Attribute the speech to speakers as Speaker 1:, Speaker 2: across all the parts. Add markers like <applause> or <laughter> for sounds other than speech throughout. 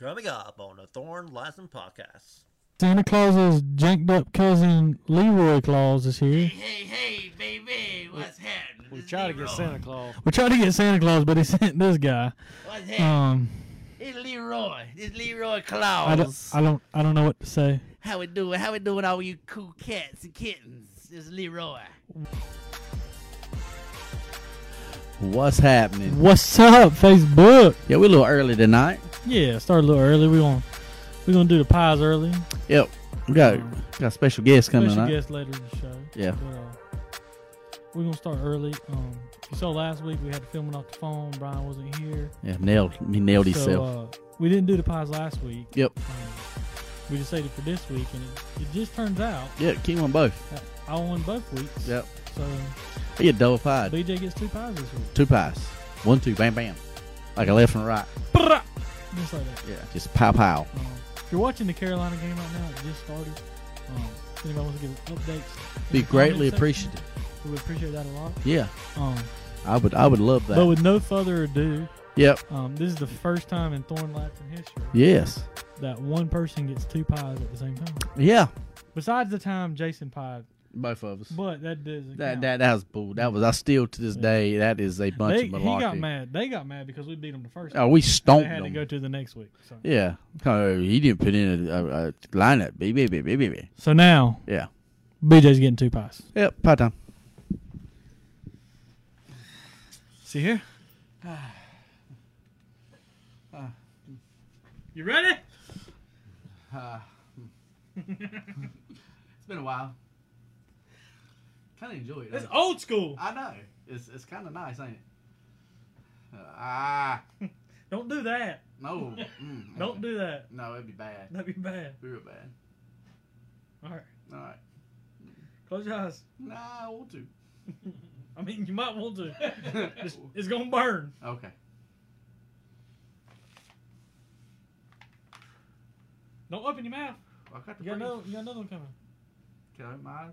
Speaker 1: Coming up on the Thorn License Podcast.
Speaker 2: Santa Claus's janked up cousin Leroy Claus is here.
Speaker 3: Hey, hey, baby, what's happening?
Speaker 4: We
Speaker 3: This
Speaker 4: try to
Speaker 3: Leroy.
Speaker 4: get Santa Claus.
Speaker 2: We tried to get Santa Claus, but he <laughs> sent this guy.
Speaker 3: What's happening?
Speaker 2: Um,
Speaker 3: it's Leroy. It's Leroy
Speaker 2: I don't,
Speaker 3: Claus.
Speaker 2: I don't, I don't know what to say.
Speaker 3: How we doing? How we doing, all you cool cats and kittens? It's Leroy.
Speaker 5: What's happening?
Speaker 2: What's up, Facebook?
Speaker 5: Yeah, we're a little early tonight.
Speaker 2: Yeah, start a little early. We gonna, we gonna do the pies early.
Speaker 5: Yep. We got got special guests coming
Speaker 2: Um, Special
Speaker 5: tonight.
Speaker 2: guest later in the show.
Speaker 5: Yeah.
Speaker 2: But, uh, we're gonna start early. Um, you saw last week we had to film it off the phone. Brian wasn't here.
Speaker 5: Yeah, nailed. He nailed
Speaker 2: so,
Speaker 5: himself.
Speaker 2: Uh, we didn't do the pies last week.
Speaker 5: Yep.
Speaker 2: Um, we decided for this week, and it, it just turns out
Speaker 5: Yeah, keep on both.
Speaker 2: that I won both weeks.
Speaker 5: Yep.
Speaker 2: So
Speaker 5: He a double pie.
Speaker 2: BJ gets two pies this week.
Speaker 5: Two pies. One, two, bam, bam. Like a left and right.
Speaker 2: Just like that.
Speaker 5: Yeah. Just pow, pow.
Speaker 2: Um, if you're watching the Carolina game right now, it just started. Um, if anybody wants to give updates, in
Speaker 5: Be
Speaker 2: the
Speaker 5: greatly
Speaker 2: comment section,
Speaker 5: appreciative.
Speaker 2: We would appreciate that a lot.
Speaker 5: Yeah,
Speaker 2: Um,
Speaker 5: I would. I would love
Speaker 2: but
Speaker 5: that.
Speaker 2: with no further ado,
Speaker 5: Yep.
Speaker 2: um, this is the first time in Thorn Lights in history
Speaker 5: Yes.
Speaker 2: that one person gets two pies at the same time.
Speaker 5: Yeah.
Speaker 2: Besides the time Jason pied,
Speaker 5: Both of us.
Speaker 2: but that doesn't
Speaker 5: That
Speaker 2: count.
Speaker 5: that that was bull. That was. I still to this day. That is a bunch
Speaker 2: they,
Speaker 5: of
Speaker 2: he
Speaker 5: malarkey.
Speaker 2: got mad. They got mad because we beat them the first.
Speaker 5: Oh, we
Speaker 2: time. They
Speaker 5: stomped
Speaker 2: had to
Speaker 5: them.
Speaker 2: go to the next week. So,
Speaker 5: yeah. Oh, he didn't put in a, a, a lineup. Baby, baby, baby.
Speaker 2: so now
Speaker 5: Yeah.
Speaker 2: BJ's getting two pies.
Speaker 5: Yep. Pie time.
Speaker 4: See here?
Speaker 2: You ready?
Speaker 5: It's been a while. Kind of enjoy it.
Speaker 2: That's old school.
Speaker 5: I know. It's it's kind of nice, ain't it? Ah,
Speaker 2: Don't do that. <laughs>
Speaker 5: no. Mm,
Speaker 2: Don't do that.
Speaker 5: No, it'd be bad.
Speaker 2: That'd be bad.
Speaker 5: Be real bad.
Speaker 2: All right,
Speaker 5: All right.
Speaker 2: close your eyes.
Speaker 5: Nah, I want to.
Speaker 2: I mean, you might want to. It's, it's gonna burn.
Speaker 5: okay.
Speaker 2: Don't open your mouth.
Speaker 5: I got
Speaker 2: You got another. You got another one coming.
Speaker 5: Can I open my eyes?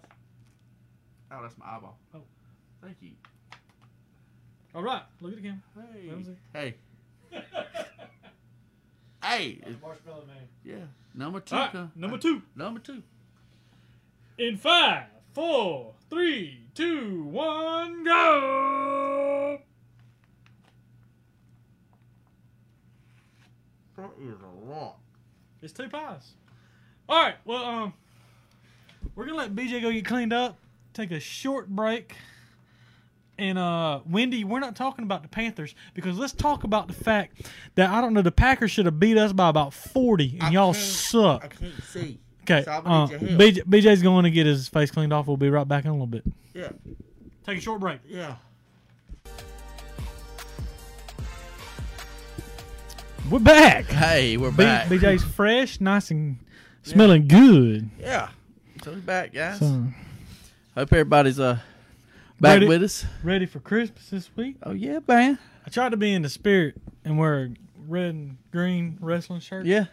Speaker 5: Oh, that's my eyeball.
Speaker 2: Oh.
Speaker 5: Thank you.
Speaker 2: All right, look at the camera.
Speaker 5: Hey.
Speaker 2: Let me see.
Speaker 5: Hey. hey. it-
Speaker 2: Marshmallow man.
Speaker 5: yeah. Number two.
Speaker 2: All right,
Speaker 5: come-
Speaker 2: number two.
Speaker 5: Number two.
Speaker 2: In five, four, three, two, one, go.
Speaker 5: That is a lot.
Speaker 2: It's two pies. All right. Well, um, we're gonna let BJ go get cleaned up. Take a short break. And uh, Wendy, we're not talking about the Panthers because let's talk about the fact that I don't know the Packers should have beat us by about forty, and y'all suck.
Speaker 3: can't see.
Speaker 2: Okay.
Speaker 3: so I'm gonna
Speaker 2: uh,
Speaker 3: need your help.
Speaker 2: BJ, BJ's going to get his face cleaned off. We'll be right back in a little bit.
Speaker 3: Yeah,
Speaker 2: Take a short break.
Speaker 3: yeah.
Speaker 2: We're back.
Speaker 5: Hey, we're
Speaker 2: B-
Speaker 5: back.
Speaker 2: BJ's fresh, nice and smelling good.
Speaker 5: Yeah. So we're back, guys.
Speaker 2: So,
Speaker 5: Hope everybody's uh back
Speaker 2: Ready?
Speaker 5: with us.
Speaker 2: ready for Christmas this week?
Speaker 5: Oh yeah, man.
Speaker 2: I tried to be in the spirit and wear a red and green wrestling shirt.
Speaker 5: Yeah.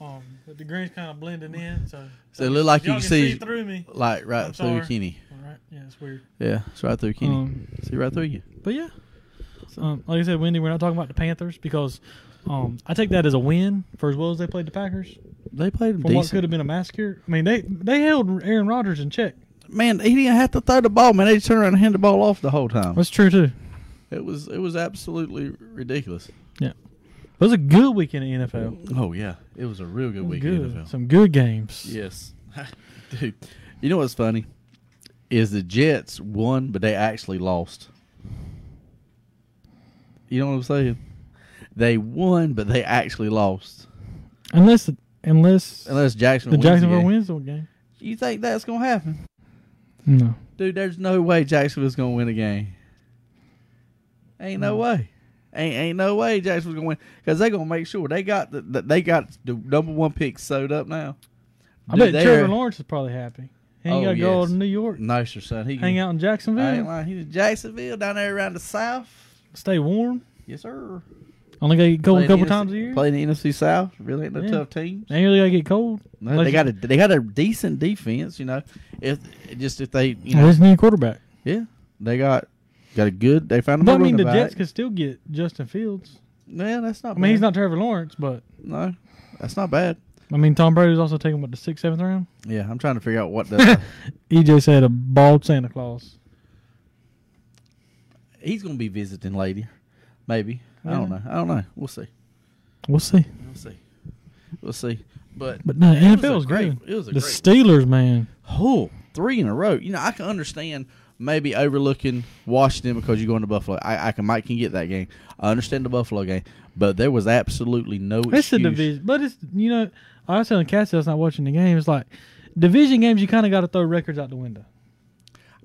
Speaker 2: Um, but the green's kind of blending in, so
Speaker 5: So it look like you
Speaker 2: y'all can
Speaker 5: can see,
Speaker 2: through me.
Speaker 5: like right
Speaker 2: I'm
Speaker 5: through
Speaker 2: sorry.
Speaker 5: Kenny.
Speaker 2: All right, yeah, it's weird.
Speaker 5: Yeah, it's right through Kenny.
Speaker 2: Um,
Speaker 5: see right through you.
Speaker 2: but yeah, um, like I said, Wendy, we're not talking about the Panthers because um, I take that as a win for as well as they played the Packers
Speaker 5: They played him
Speaker 2: for what could
Speaker 5: decent.
Speaker 2: have been a massacre. I mean, they they held Aaron Rodgers in check.
Speaker 5: Man, he didn't have to throw the ball. Man, they just turned around and hand the ball off the whole time.
Speaker 2: That's true too.
Speaker 5: It was it was absolutely ridiculous.
Speaker 2: It was a good week in the NFL.
Speaker 5: Oh yeah, it was a real good week in
Speaker 2: Good,
Speaker 5: the NFL.
Speaker 2: some good games.
Speaker 5: Yes, <laughs> dude. You know what's funny is the Jets won, but they actually lost. You know what I'm saying? They won, but they actually lost.
Speaker 2: Unless unless
Speaker 5: Unless Jacksonville
Speaker 2: the
Speaker 5: wins the
Speaker 2: Jacksonville
Speaker 5: game.
Speaker 2: wins the game.
Speaker 5: You think that's gonna happen?
Speaker 2: No.
Speaker 5: Dude, there's no way Jacksonville's gonna win a game. Ain't no way. Ain't ain't no way Jacksonville's gonna win because they gonna make sure they got the, the they got the number one pick sewed up now.
Speaker 2: I
Speaker 5: Dude,
Speaker 2: bet
Speaker 5: they're-
Speaker 2: Trevor Lawrence is probably happy. He ain't
Speaker 5: Oh,
Speaker 2: got to go
Speaker 5: yes.
Speaker 2: to New York,
Speaker 5: Nicer son. He
Speaker 2: hang out in Jacksonville,
Speaker 5: I ain't lying. He's in Jacksonville down there around the south.
Speaker 2: stay warm.
Speaker 5: Yes, sir.
Speaker 2: Only got to get cold
Speaker 5: Playing
Speaker 2: a couple
Speaker 5: the
Speaker 2: times a
Speaker 5: NFC
Speaker 2: year.
Speaker 5: Playing the NFC South, really ain't no
Speaker 2: Yeah.
Speaker 5: tough teams.
Speaker 2: They ain't really got to get cold.
Speaker 5: No,
Speaker 2: Unless
Speaker 5: they
Speaker 2: you-
Speaker 5: got a they got a decent defense, you know. If just if they, you
Speaker 2: Now,
Speaker 5: know,
Speaker 2: this new quarterback.
Speaker 5: yeah, they got got a good. They found a
Speaker 2: But I
Speaker 5: middle
Speaker 2: mean, the
Speaker 5: quarterback.
Speaker 2: Jets could still get Justin Fields.
Speaker 5: Yeah, that's not.
Speaker 2: I mean, he's
Speaker 5: bad.
Speaker 2: not Trevor Lawrence, but
Speaker 5: No, That's not bad.
Speaker 2: I mean, Tom Brady was also taken with the sixth, seventh round.
Speaker 5: Yeah, I'm trying to figure out
Speaker 2: <laughs>
Speaker 5: what the
Speaker 2: EJ said a bald Santa Claus.
Speaker 5: he's gonna be visiting later. Maybe. I don't know. I don't know. We'll see.
Speaker 2: We'll see.
Speaker 5: We'll see. We'll see. But
Speaker 2: But no,
Speaker 5: it was a
Speaker 2: NFL is
Speaker 5: great.
Speaker 2: great.
Speaker 5: It was a
Speaker 2: The
Speaker 5: great.
Speaker 2: Steelers, man.
Speaker 5: Oh, three in a row. You know, I can understand maybe overlooking Washington because you're going to Buffalo. I, I can Mike can get that game. I understand the Buffalo game, but there was absolutely no.
Speaker 2: It's the
Speaker 5: excuse.
Speaker 2: division, but it's you know. I was telling Cassie I was not watching the game. It's like division games. You kind of got to throw records out the window.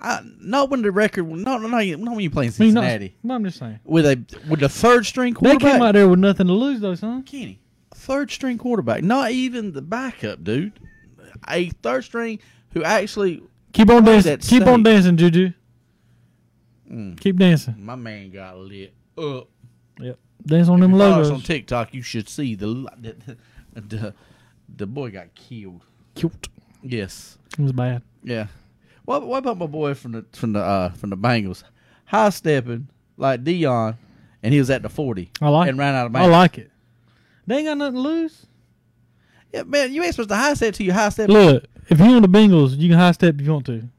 Speaker 5: I, not when the record. No, no, no. you- Not when you playing
Speaker 2: I mean, not-
Speaker 5: Cincinnati
Speaker 2: no, I'm just saying
Speaker 5: with a with a third string
Speaker 2: they
Speaker 5: quarterback.
Speaker 2: came out there with nothing to lose, though, son.
Speaker 5: Kenny, third string quarterback, not even the backup dude, a third string who actually
Speaker 2: Keep on
Speaker 5: Why
Speaker 2: dancing.
Speaker 5: that
Speaker 2: Keep on
Speaker 5: state?
Speaker 2: dancing, Juju.
Speaker 5: Mm.
Speaker 2: Keep dancing.
Speaker 5: my man got lit up.
Speaker 2: Dance on them
Speaker 5: If you follow us
Speaker 2: logos.
Speaker 5: on TikTok, you should see the li- the the, the boy got killed.
Speaker 2: Cute.
Speaker 5: Yes.
Speaker 2: It was bad.
Speaker 5: Yeah. What what about my boy from the from the uh from the Bengals? High stepping like Dion and he was at the forty
Speaker 2: I like.
Speaker 5: and ran out of
Speaker 2: I
Speaker 5: bounds.
Speaker 2: like it. They ain't got nothing to lose.
Speaker 5: yeah, man, you ain't supposed to high step to your high step.
Speaker 2: Look, if you on the Bengals, you can high step if you want to.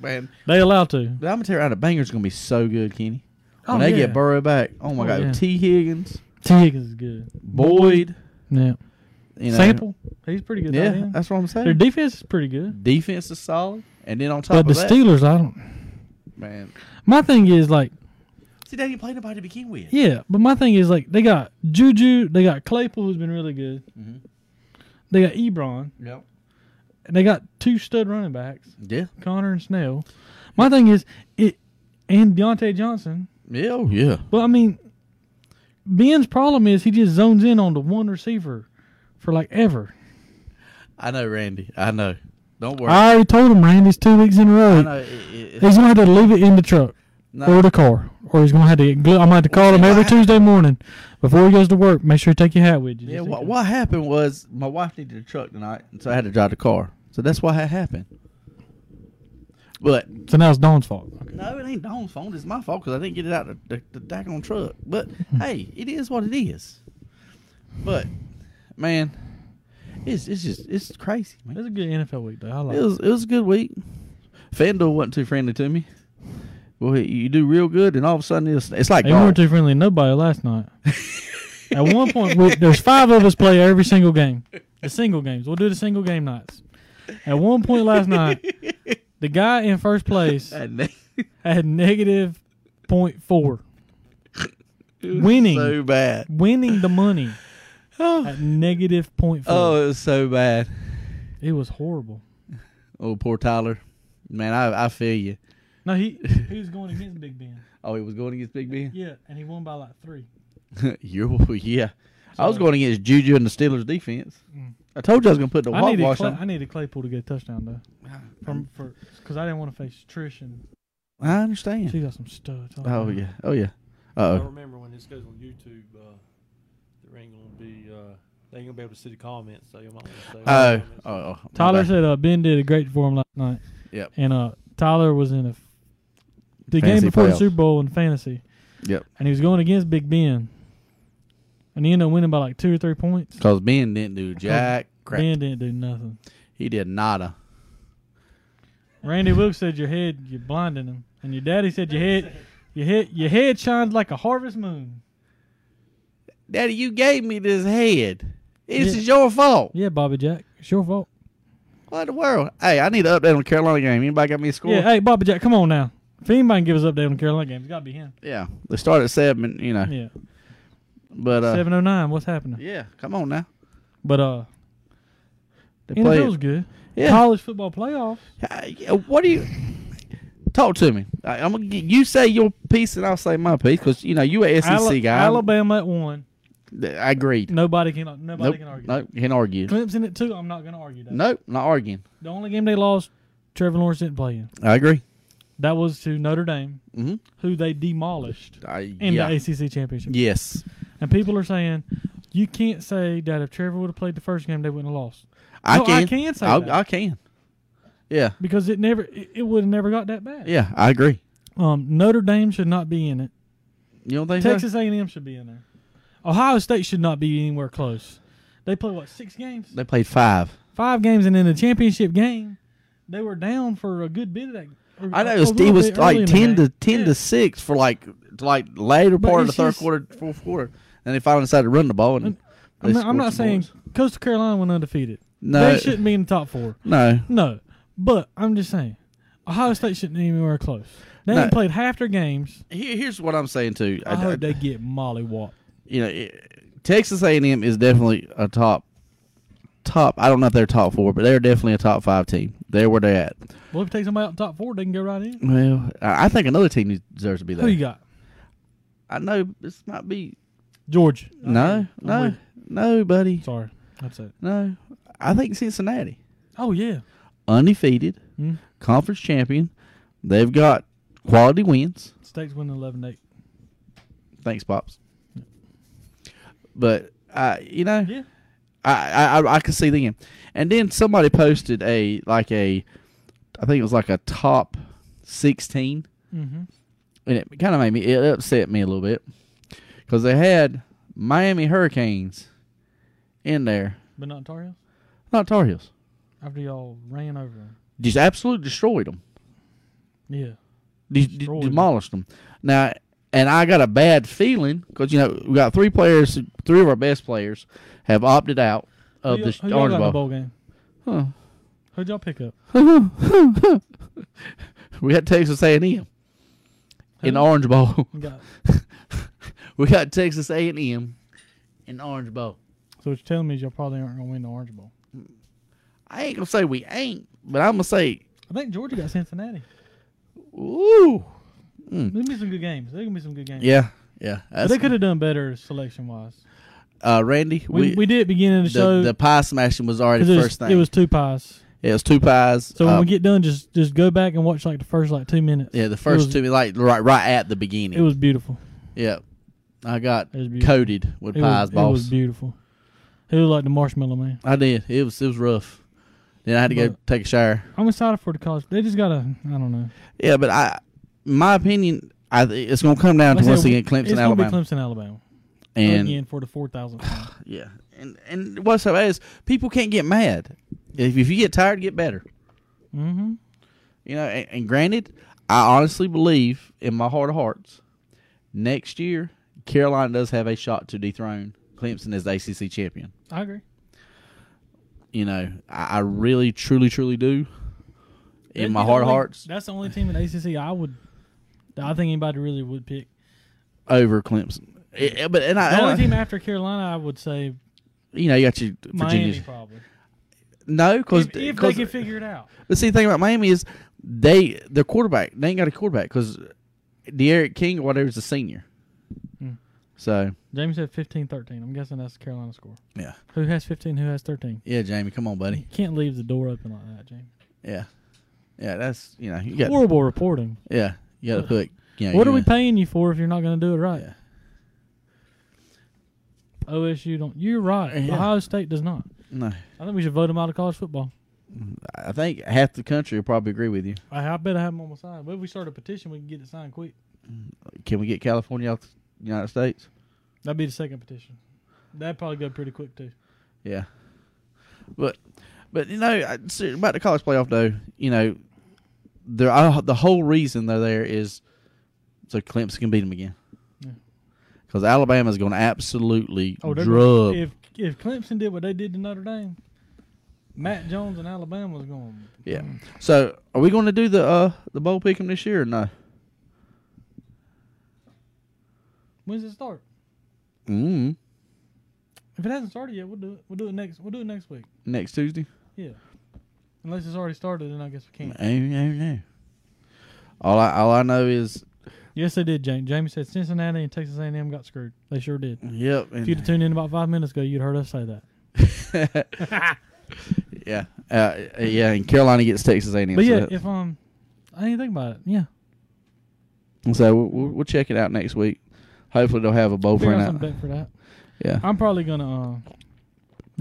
Speaker 5: man.
Speaker 2: They allow to.
Speaker 5: But I'm gonna tell you right now, the Bengals gonna be so good, Kenny.
Speaker 2: Oh,
Speaker 5: when they
Speaker 2: yeah.
Speaker 5: get Burrow back, oh my
Speaker 2: Oh,
Speaker 5: god,
Speaker 2: yeah.
Speaker 5: T. Higgins,
Speaker 2: T Higgins is good.
Speaker 5: Boyd,
Speaker 2: Yeah.
Speaker 5: you know,
Speaker 2: Sample, he's pretty good. tight
Speaker 5: Yeah,
Speaker 2: end.
Speaker 5: that's what I'm saying.
Speaker 2: their defense is pretty good.
Speaker 5: Defense is solid, and then on top
Speaker 2: But the
Speaker 5: of that,
Speaker 2: Steelers, I don't.
Speaker 5: man,
Speaker 2: My thing is like,
Speaker 5: see, they didn't play nobody to begin with.
Speaker 2: yeah, but my thing is like, they got Juju, they got Claypool, who's been really good.
Speaker 5: Mhm.
Speaker 2: They got Ebron,
Speaker 5: Yep.
Speaker 2: and they got two stud running backs,
Speaker 5: Yeah.
Speaker 2: Connor and Snell. My thing is it, and Deontay Johnson.
Speaker 5: Yeah. Oh, yeah.
Speaker 2: But I mean, Ben's problem is he just zones in on the one receiver for like ever.
Speaker 5: I know, Randy. I know. Don't worry.
Speaker 2: I already told him, Randy's two weeks in a
Speaker 5: I
Speaker 2: row.
Speaker 5: know. It, it,
Speaker 2: He's gonna have to leave it in the truck
Speaker 5: no,
Speaker 2: or the car, or he's gonna have to. Get glu- I'm gonna have to call him
Speaker 5: Yeah,
Speaker 2: every
Speaker 5: why-
Speaker 2: Tuesday morning before he goes to work. Make sure you take your hat with you.
Speaker 5: yeah.
Speaker 2: Just in
Speaker 5: What,
Speaker 2: case.
Speaker 5: what happened was my wife needed a truck tonight, and so I had to drive the car. So that's why that happened. But
Speaker 2: So now it's Dawn's fault.
Speaker 5: no, it ain't Don's fault. It's my fault because I didn't get it out of the, the, the daggone truck. But hey, it is what it is. But man, it's it's just it's crazy, man.
Speaker 2: It was a good NFL week though. I like.
Speaker 5: It was it was a good week. FanDuel wasn't too friendly to me. Well, you- you do real good, and all of a sudden it's it's like
Speaker 2: They weren't
Speaker 5: golf.
Speaker 2: too friendly to nobody last
Speaker 5: <laughs>
Speaker 2: night. At one point, we, there's five of us play every single game. The single games. We'll do the single game nights. At one point last night, the guy in first
Speaker 5: <laughs>
Speaker 2: place
Speaker 5: And they-
Speaker 2: had negative point four,
Speaker 5: it was
Speaker 2: Winning.
Speaker 5: so bad.
Speaker 2: winning the money
Speaker 5: Oh,
Speaker 2: at negative point four.
Speaker 5: oh, it was so bad.
Speaker 2: It was horrible.
Speaker 5: Oh, poor Tyler. Man, I I feel you.
Speaker 2: No, he he was going against Big Ben.
Speaker 5: Oh, he was going against Big Ben. <laughs>
Speaker 2: Yeah, and he won by like three.
Speaker 5: you yeah. I was
Speaker 2: So-
Speaker 5: going against Juju and the Steelers defense.
Speaker 2: Mm.
Speaker 5: I told you I was going to put the
Speaker 2: I needed,
Speaker 5: hogwash
Speaker 2: Clay, I
Speaker 5: on.
Speaker 2: needed Claypool to get a touchdown though, from for because I didn't want to face Trish and
Speaker 5: I understand.
Speaker 2: she got some studs.
Speaker 5: Oh yeah. Oh yeah.
Speaker 4: I
Speaker 5: Uh oh.
Speaker 4: remember when this goes on YouTube, uh, there ain't gonna be uh, they ain't gonna be able to see the comments, so you might want to say.
Speaker 5: Oh. Oh. my
Speaker 2: Tyler
Speaker 5: bad.
Speaker 2: said uh, Ben did a great for him last night.
Speaker 5: Yep.
Speaker 2: And uh, Tyler was in a f- the game
Speaker 5: Fantasy
Speaker 2: before
Speaker 5: playoffs.
Speaker 2: the Super Bowl in fantasy.
Speaker 5: Yep.
Speaker 2: And he was going against Big Ben, and he ended up winning by like two or three points.
Speaker 5: Because Ben didn't do jack crap.
Speaker 2: Ben didn't do nothing.
Speaker 5: He did nada.
Speaker 2: Randy Wilkes said your head you're blinding him, and your daddy said your head your head your head shines like a harvest moon.
Speaker 5: Daddy, you gave me this head. This
Speaker 2: Yeah.
Speaker 5: is your fault.
Speaker 2: Yeah, Bobby Jack, it's your fault.
Speaker 5: What in the world? Hey, I need an update on the Carolina game. Anybody got me a score?
Speaker 2: Yeah, hey Bobby Jack, come on now. If anybody can give us update on the Carolina game, it's got to be
Speaker 5: <laughs>
Speaker 2: him.
Speaker 5: Yeah. They started at seven, you know.
Speaker 2: Yeah,
Speaker 5: But uh
Speaker 2: seven oh nine. What's happening?
Speaker 5: Yeah, come on now.
Speaker 2: But uh,
Speaker 5: They
Speaker 2: NFL's
Speaker 5: played.
Speaker 2: good.
Speaker 5: Yeah.
Speaker 2: College football playoffs.
Speaker 5: Uh, yeah, What do you Talk to me. I, I'm gonna get, you say your piece and I'll say my piece because you know you a SEC
Speaker 2: Ala-
Speaker 5: E guy.
Speaker 2: Alabama at one.
Speaker 5: I agreed.
Speaker 2: Nobody can nobody
Speaker 5: nope,
Speaker 2: can argue.
Speaker 5: nope, can't argue.
Speaker 2: Clemson at two. I'm not going to argue that.
Speaker 5: Nope, not arguing.
Speaker 2: The only game they lost, Trevor Lawrence didn't play in.
Speaker 5: I agree.
Speaker 2: That was to Notre Dame,
Speaker 5: Mm-hmm.
Speaker 2: who they demolished
Speaker 5: I,
Speaker 2: in
Speaker 5: yeah.
Speaker 2: the ACC championship.
Speaker 5: Yes,
Speaker 2: And people are saying you can't say that if Trevor would have played the first game, they wouldn't have lost
Speaker 5: I
Speaker 2: No,
Speaker 5: can.
Speaker 2: I can say
Speaker 5: I'll-
Speaker 2: that.
Speaker 5: I can. Yeah,
Speaker 2: because it never it, it would have never got that bad.
Speaker 5: yeah, I agree.
Speaker 2: Um, Notre Dame should not be in it.
Speaker 5: You don't think so?
Speaker 2: Texas A&M should be in there. Ohio State should not be anywhere close. They play what six games?
Speaker 5: They played five.
Speaker 2: Five games, and in the championship game, they were down for a good bit of that. or
Speaker 5: I know
Speaker 2: a
Speaker 5: it was,
Speaker 2: little
Speaker 5: it was
Speaker 2: bit early
Speaker 5: like
Speaker 2: in the
Speaker 5: ten to
Speaker 2: game.
Speaker 5: ten
Speaker 2: Yeah.
Speaker 5: to six for like like later
Speaker 2: But
Speaker 5: part of the
Speaker 2: it's
Speaker 5: third
Speaker 2: just-
Speaker 5: quarter, fourth quarter, and they finally decided to run the ball. And
Speaker 2: I'm-
Speaker 5: they
Speaker 2: I'm not,
Speaker 5: scored
Speaker 2: I'm not
Speaker 5: some
Speaker 2: saying
Speaker 5: points.
Speaker 2: Coastal Carolina went undefeated.
Speaker 5: No.
Speaker 2: they shouldn't be in the top four.
Speaker 5: no.
Speaker 2: No, but I'm just saying Ohio State shouldn't be anywhere close. They
Speaker 5: No.
Speaker 2: ain't played half their games.
Speaker 5: Here, here's what I'm saying too.
Speaker 2: I,
Speaker 5: I- I-
Speaker 2: hope they get mollywopped.
Speaker 5: you know, it, Texas A&M is definitely a top top. I don't know if they're top four, but they're definitely a top five team. They're where they're at.
Speaker 2: Well, if you take somebody out the top four, they can go right in.
Speaker 5: Well, I I think another team deserves to be there.
Speaker 2: Who you got?
Speaker 5: I know this might be
Speaker 2: Georgia.
Speaker 5: no,
Speaker 2: I'm
Speaker 5: no,
Speaker 2: with
Speaker 5: no, buddy,
Speaker 2: Sorry, that's it.
Speaker 5: no. I think Cincinnati,
Speaker 2: Oh yeah.
Speaker 5: undefeated,
Speaker 2: Hmm.
Speaker 5: conference champion. They've got quality wins.
Speaker 2: States win 11 8.
Speaker 5: Thanks, pops. But uh, you know,
Speaker 2: Yeah.
Speaker 5: I, I I- I could see them. And then somebody posted a like a, I think it was like a top sixteen,
Speaker 2: Mm-hmm.
Speaker 5: and it kind of made me it upset me a little bit because they had Miami Hurricanes in there,
Speaker 2: But not Tar Heels?
Speaker 5: not Tar Heels,
Speaker 2: After y'all ran over them.
Speaker 5: just absolutely destroyed them,
Speaker 2: Yeah.
Speaker 5: de- de-
Speaker 2: Destroyed 'em.
Speaker 5: demolished them. Now. And I got a bad feeling because you know we got three players, three of our best players have opted out of
Speaker 2: who
Speaker 5: the
Speaker 2: y'all- who y'all
Speaker 5: Orange
Speaker 2: got in the
Speaker 5: Bowl.
Speaker 2: bowl game?
Speaker 5: Huh.
Speaker 2: Who'd y'all pick up?
Speaker 5: <laughs> We got Texas A and M in
Speaker 2: Who?
Speaker 5: Orange Bowl. <laughs>
Speaker 2: You got,
Speaker 5: we got Texas A and M in Orange Bowl.
Speaker 2: so what you're telling me is y'all probably aren't going to win the Orange Bowl.
Speaker 5: I ain't gonna say we ain't, but I'm gonna say,
Speaker 2: I think Georgia got Cincinnati.
Speaker 5: ooh,
Speaker 2: There's going to be some good games. There's going to be some good games.
Speaker 5: yeah, yeah.
Speaker 2: But
Speaker 5: That's,
Speaker 2: they could have done better selection wise.
Speaker 5: uh, Randy,
Speaker 2: We,
Speaker 5: we,
Speaker 2: we, did begin in the,
Speaker 5: the,
Speaker 2: show.
Speaker 5: the pie smashing was already
Speaker 2: 'cause
Speaker 5: the
Speaker 2: it, was,
Speaker 5: first thing.
Speaker 2: it was two pies.
Speaker 5: yeah, it was two pies.
Speaker 2: So when
Speaker 5: uh,
Speaker 2: we get done, just just go back and watch like the first like two minutes.
Speaker 5: yeah, the
Speaker 2: it
Speaker 5: first
Speaker 2: was-
Speaker 5: two like right right at the beginning.
Speaker 2: It was beautiful.
Speaker 5: yeah, I got
Speaker 2: It was beautiful.
Speaker 5: coated with
Speaker 2: It
Speaker 5: pies,
Speaker 2: was,
Speaker 5: boss.
Speaker 2: it was beautiful. It was like the marshmallow man.
Speaker 5: I did. It was it was rough. Then I had to go
Speaker 2: But-
Speaker 5: take a shower.
Speaker 2: I'm excited for the college. They just gotta. I don't know.
Speaker 5: Yeah, but I, my opinion, I th- it's gonna come down
Speaker 2: Like
Speaker 5: to
Speaker 2: I
Speaker 5: once
Speaker 2: said,
Speaker 5: again Clemson,
Speaker 2: it's
Speaker 5: Alabama,
Speaker 2: Gonna be Clemson, Alabama.
Speaker 5: and
Speaker 2: again for the four thousandth time.
Speaker 5: yeah, and and what's up is people can't get mad. If if you get tired, get better.
Speaker 2: Mm-hmm.
Speaker 5: You know, and, and granted, I honestly believe in my heart of hearts, next year Carolina does have a shot to dethrone Clemson as the ACC champion.
Speaker 2: I agree.
Speaker 5: You know, I, I really, truly, truly do.
Speaker 2: That'd
Speaker 5: In my
Speaker 2: be the
Speaker 5: heart of
Speaker 2: only-
Speaker 5: hearts,
Speaker 2: that's the only team in ACC I would. that I think anybody really would pick.
Speaker 5: over Clemson. It- it- but and I,
Speaker 2: The only
Speaker 5: and
Speaker 2: team after Carolina, I would say
Speaker 5: I- you know, you got your
Speaker 2: Miami
Speaker 5: Virginia.
Speaker 2: probably.
Speaker 5: No, because
Speaker 2: If, if they can figure it out,
Speaker 5: But see, the thing about Miami is they their quarterback they ain't got a quarterback because De'Eric King or whatever is a senior.
Speaker 2: Hmm.
Speaker 5: So
Speaker 2: James had 15-13. I'm guessing that's the Carolina score.
Speaker 5: yeah,
Speaker 2: Who has fifteen? Who has thirteen?
Speaker 5: yeah, Jamie, come on, buddy.
Speaker 2: You can't leave the door open like that, James.
Speaker 5: Yeah, yeah, that's you know you got
Speaker 2: Horrible reporting.
Speaker 5: yeah you got a hook. Yeah,
Speaker 2: what
Speaker 5: you
Speaker 2: are we
Speaker 5: know.
Speaker 2: paying you for if you're not going to do it right?
Speaker 5: Yeah.
Speaker 2: OSU don't. You're right.
Speaker 5: Yeah.
Speaker 2: Ohio State does not.
Speaker 5: No,
Speaker 2: I think we should vote them out of college football.
Speaker 5: I think half the country will probably agree with you.
Speaker 2: I, I bet I have them on my side. But if we start a petition, we can get it signed quick.
Speaker 5: Can we get California out the United States?
Speaker 2: That'd be the second petition. That'd probably go pretty quick too.
Speaker 5: Yeah, but but you know I- ser- about the college playoff though, you know, there I, the whole reason they're there is so Clemson can beat them again.
Speaker 2: Yeah. Oh,
Speaker 5: Because Alabama's going to absolutely
Speaker 2: they're
Speaker 5: drug.
Speaker 2: If if Clemson did what they did to Notre Dame, Matt Jones and Alabama was going.
Speaker 5: yeah. So are we going to do the uh the bowl pick'em this year or no?
Speaker 2: When's it start?
Speaker 5: Mm.
Speaker 2: If it hasn't started yet, we'll do it. We'll do it next. We'll do it next week.
Speaker 5: Next Tuesday.
Speaker 2: Yeah. Unless it's already started, then I guess we can't.
Speaker 5: I don't know. All I all I know is
Speaker 2: Yes, they did, Jamie. Jamie said Cincinnati and Texas A&M got screwed. They sure did.
Speaker 5: yep.
Speaker 2: If you'd have tuned in about five minutes ago, you'd heard us say that.
Speaker 5: <laughs> yeah. Uh, yeah. And Carolina gets Texas A&M.
Speaker 2: But
Speaker 5: so
Speaker 2: yeah,
Speaker 5: that-
Speaker 2: if um, I didn't think about it. Yeah,
Speaker 5: So we'll, we'll, we'll check it out next week. Hopefully they'll have a bowl
Speaker 2: figure out
Speaker 5: printout.
Speaker 2: some bet for that.
Speaker 5: Yeah.
Speaker 2: I'm probably gonna uh,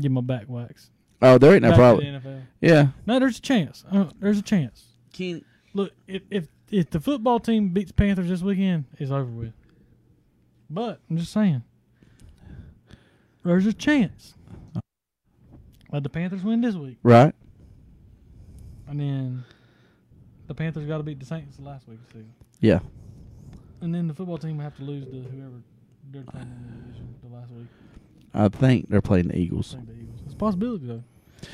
Speaker 2: get my back waxed.
Speaker 5: Oh, there ain't no
Speaker 2: Back to
Speaker 5: problem.
Speaker 2: the NFL.
Speaker 5: Yeah.
Speaker 2: No, there's a chance. Uh, there's a chance.
Speaker 5: Can
Speaker 2: Look, if if if the football team beats Panthers this weekend, it's over with. But I'm just saying, there's a chance that the Panthers win this week,
Speaker 5: Right.
Speaker 2: and then the Panthers got to beat the Saints last week too,
Speaker 5: Yeah.
Speaker 2: and then the football team will have to lose to whoever they're playing in the division the last week.
Speaker 5: I think they're playing the
Speaker 2: I
Speaker 5: Eagles.
Speaker 2: think the Eagles. It's a possibility though.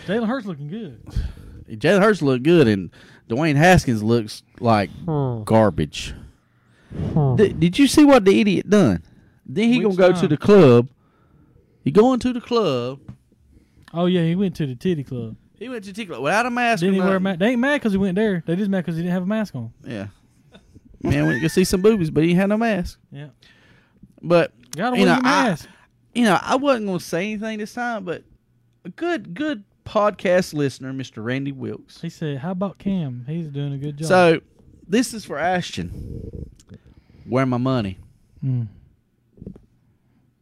Speaker 2: Jalen Hurts looking good.
Speaker 5: Jalen Hurts looked good, and Dwayne Haskins looks like
Speaker 2: Hmm.
Speaker 5: garbage. Th- did you see what the idiot done? Then he
Speaker 2: Which
Speaker 5: gonna go to
Speaker 2: time?
Speaker 5: the club. He going to the club.
Speaker 2: Oh yeah, he went to the titty club.
Speaker 5: He went to the club without a mask.
Speaker 2: Didn't he
Speaker 5: or
Speaker 2: wear a
Speaker 5: nothing.
Speaker 2: mask? They ain't mad because he went there. They just mad because he didn't have a mask on.
Speaker 5: Yeah. Man went to go see some boobies, but he had no mask.
Speaker 2: Yeah,
Speaker 5: But
Speaker 2: gotta wear
Speaker 5: You know,
Speaker 2: your mask.
Speaker 5: you know, I wasn't gonna say anything this time, but a good good podcast listener, Mr. Randy Wilkes.
Speaker 2: he said, "How about Cam? He's doing a good job."
Speaker 5: So this is for Ashton. Where my money?
Speaker 2: Mm.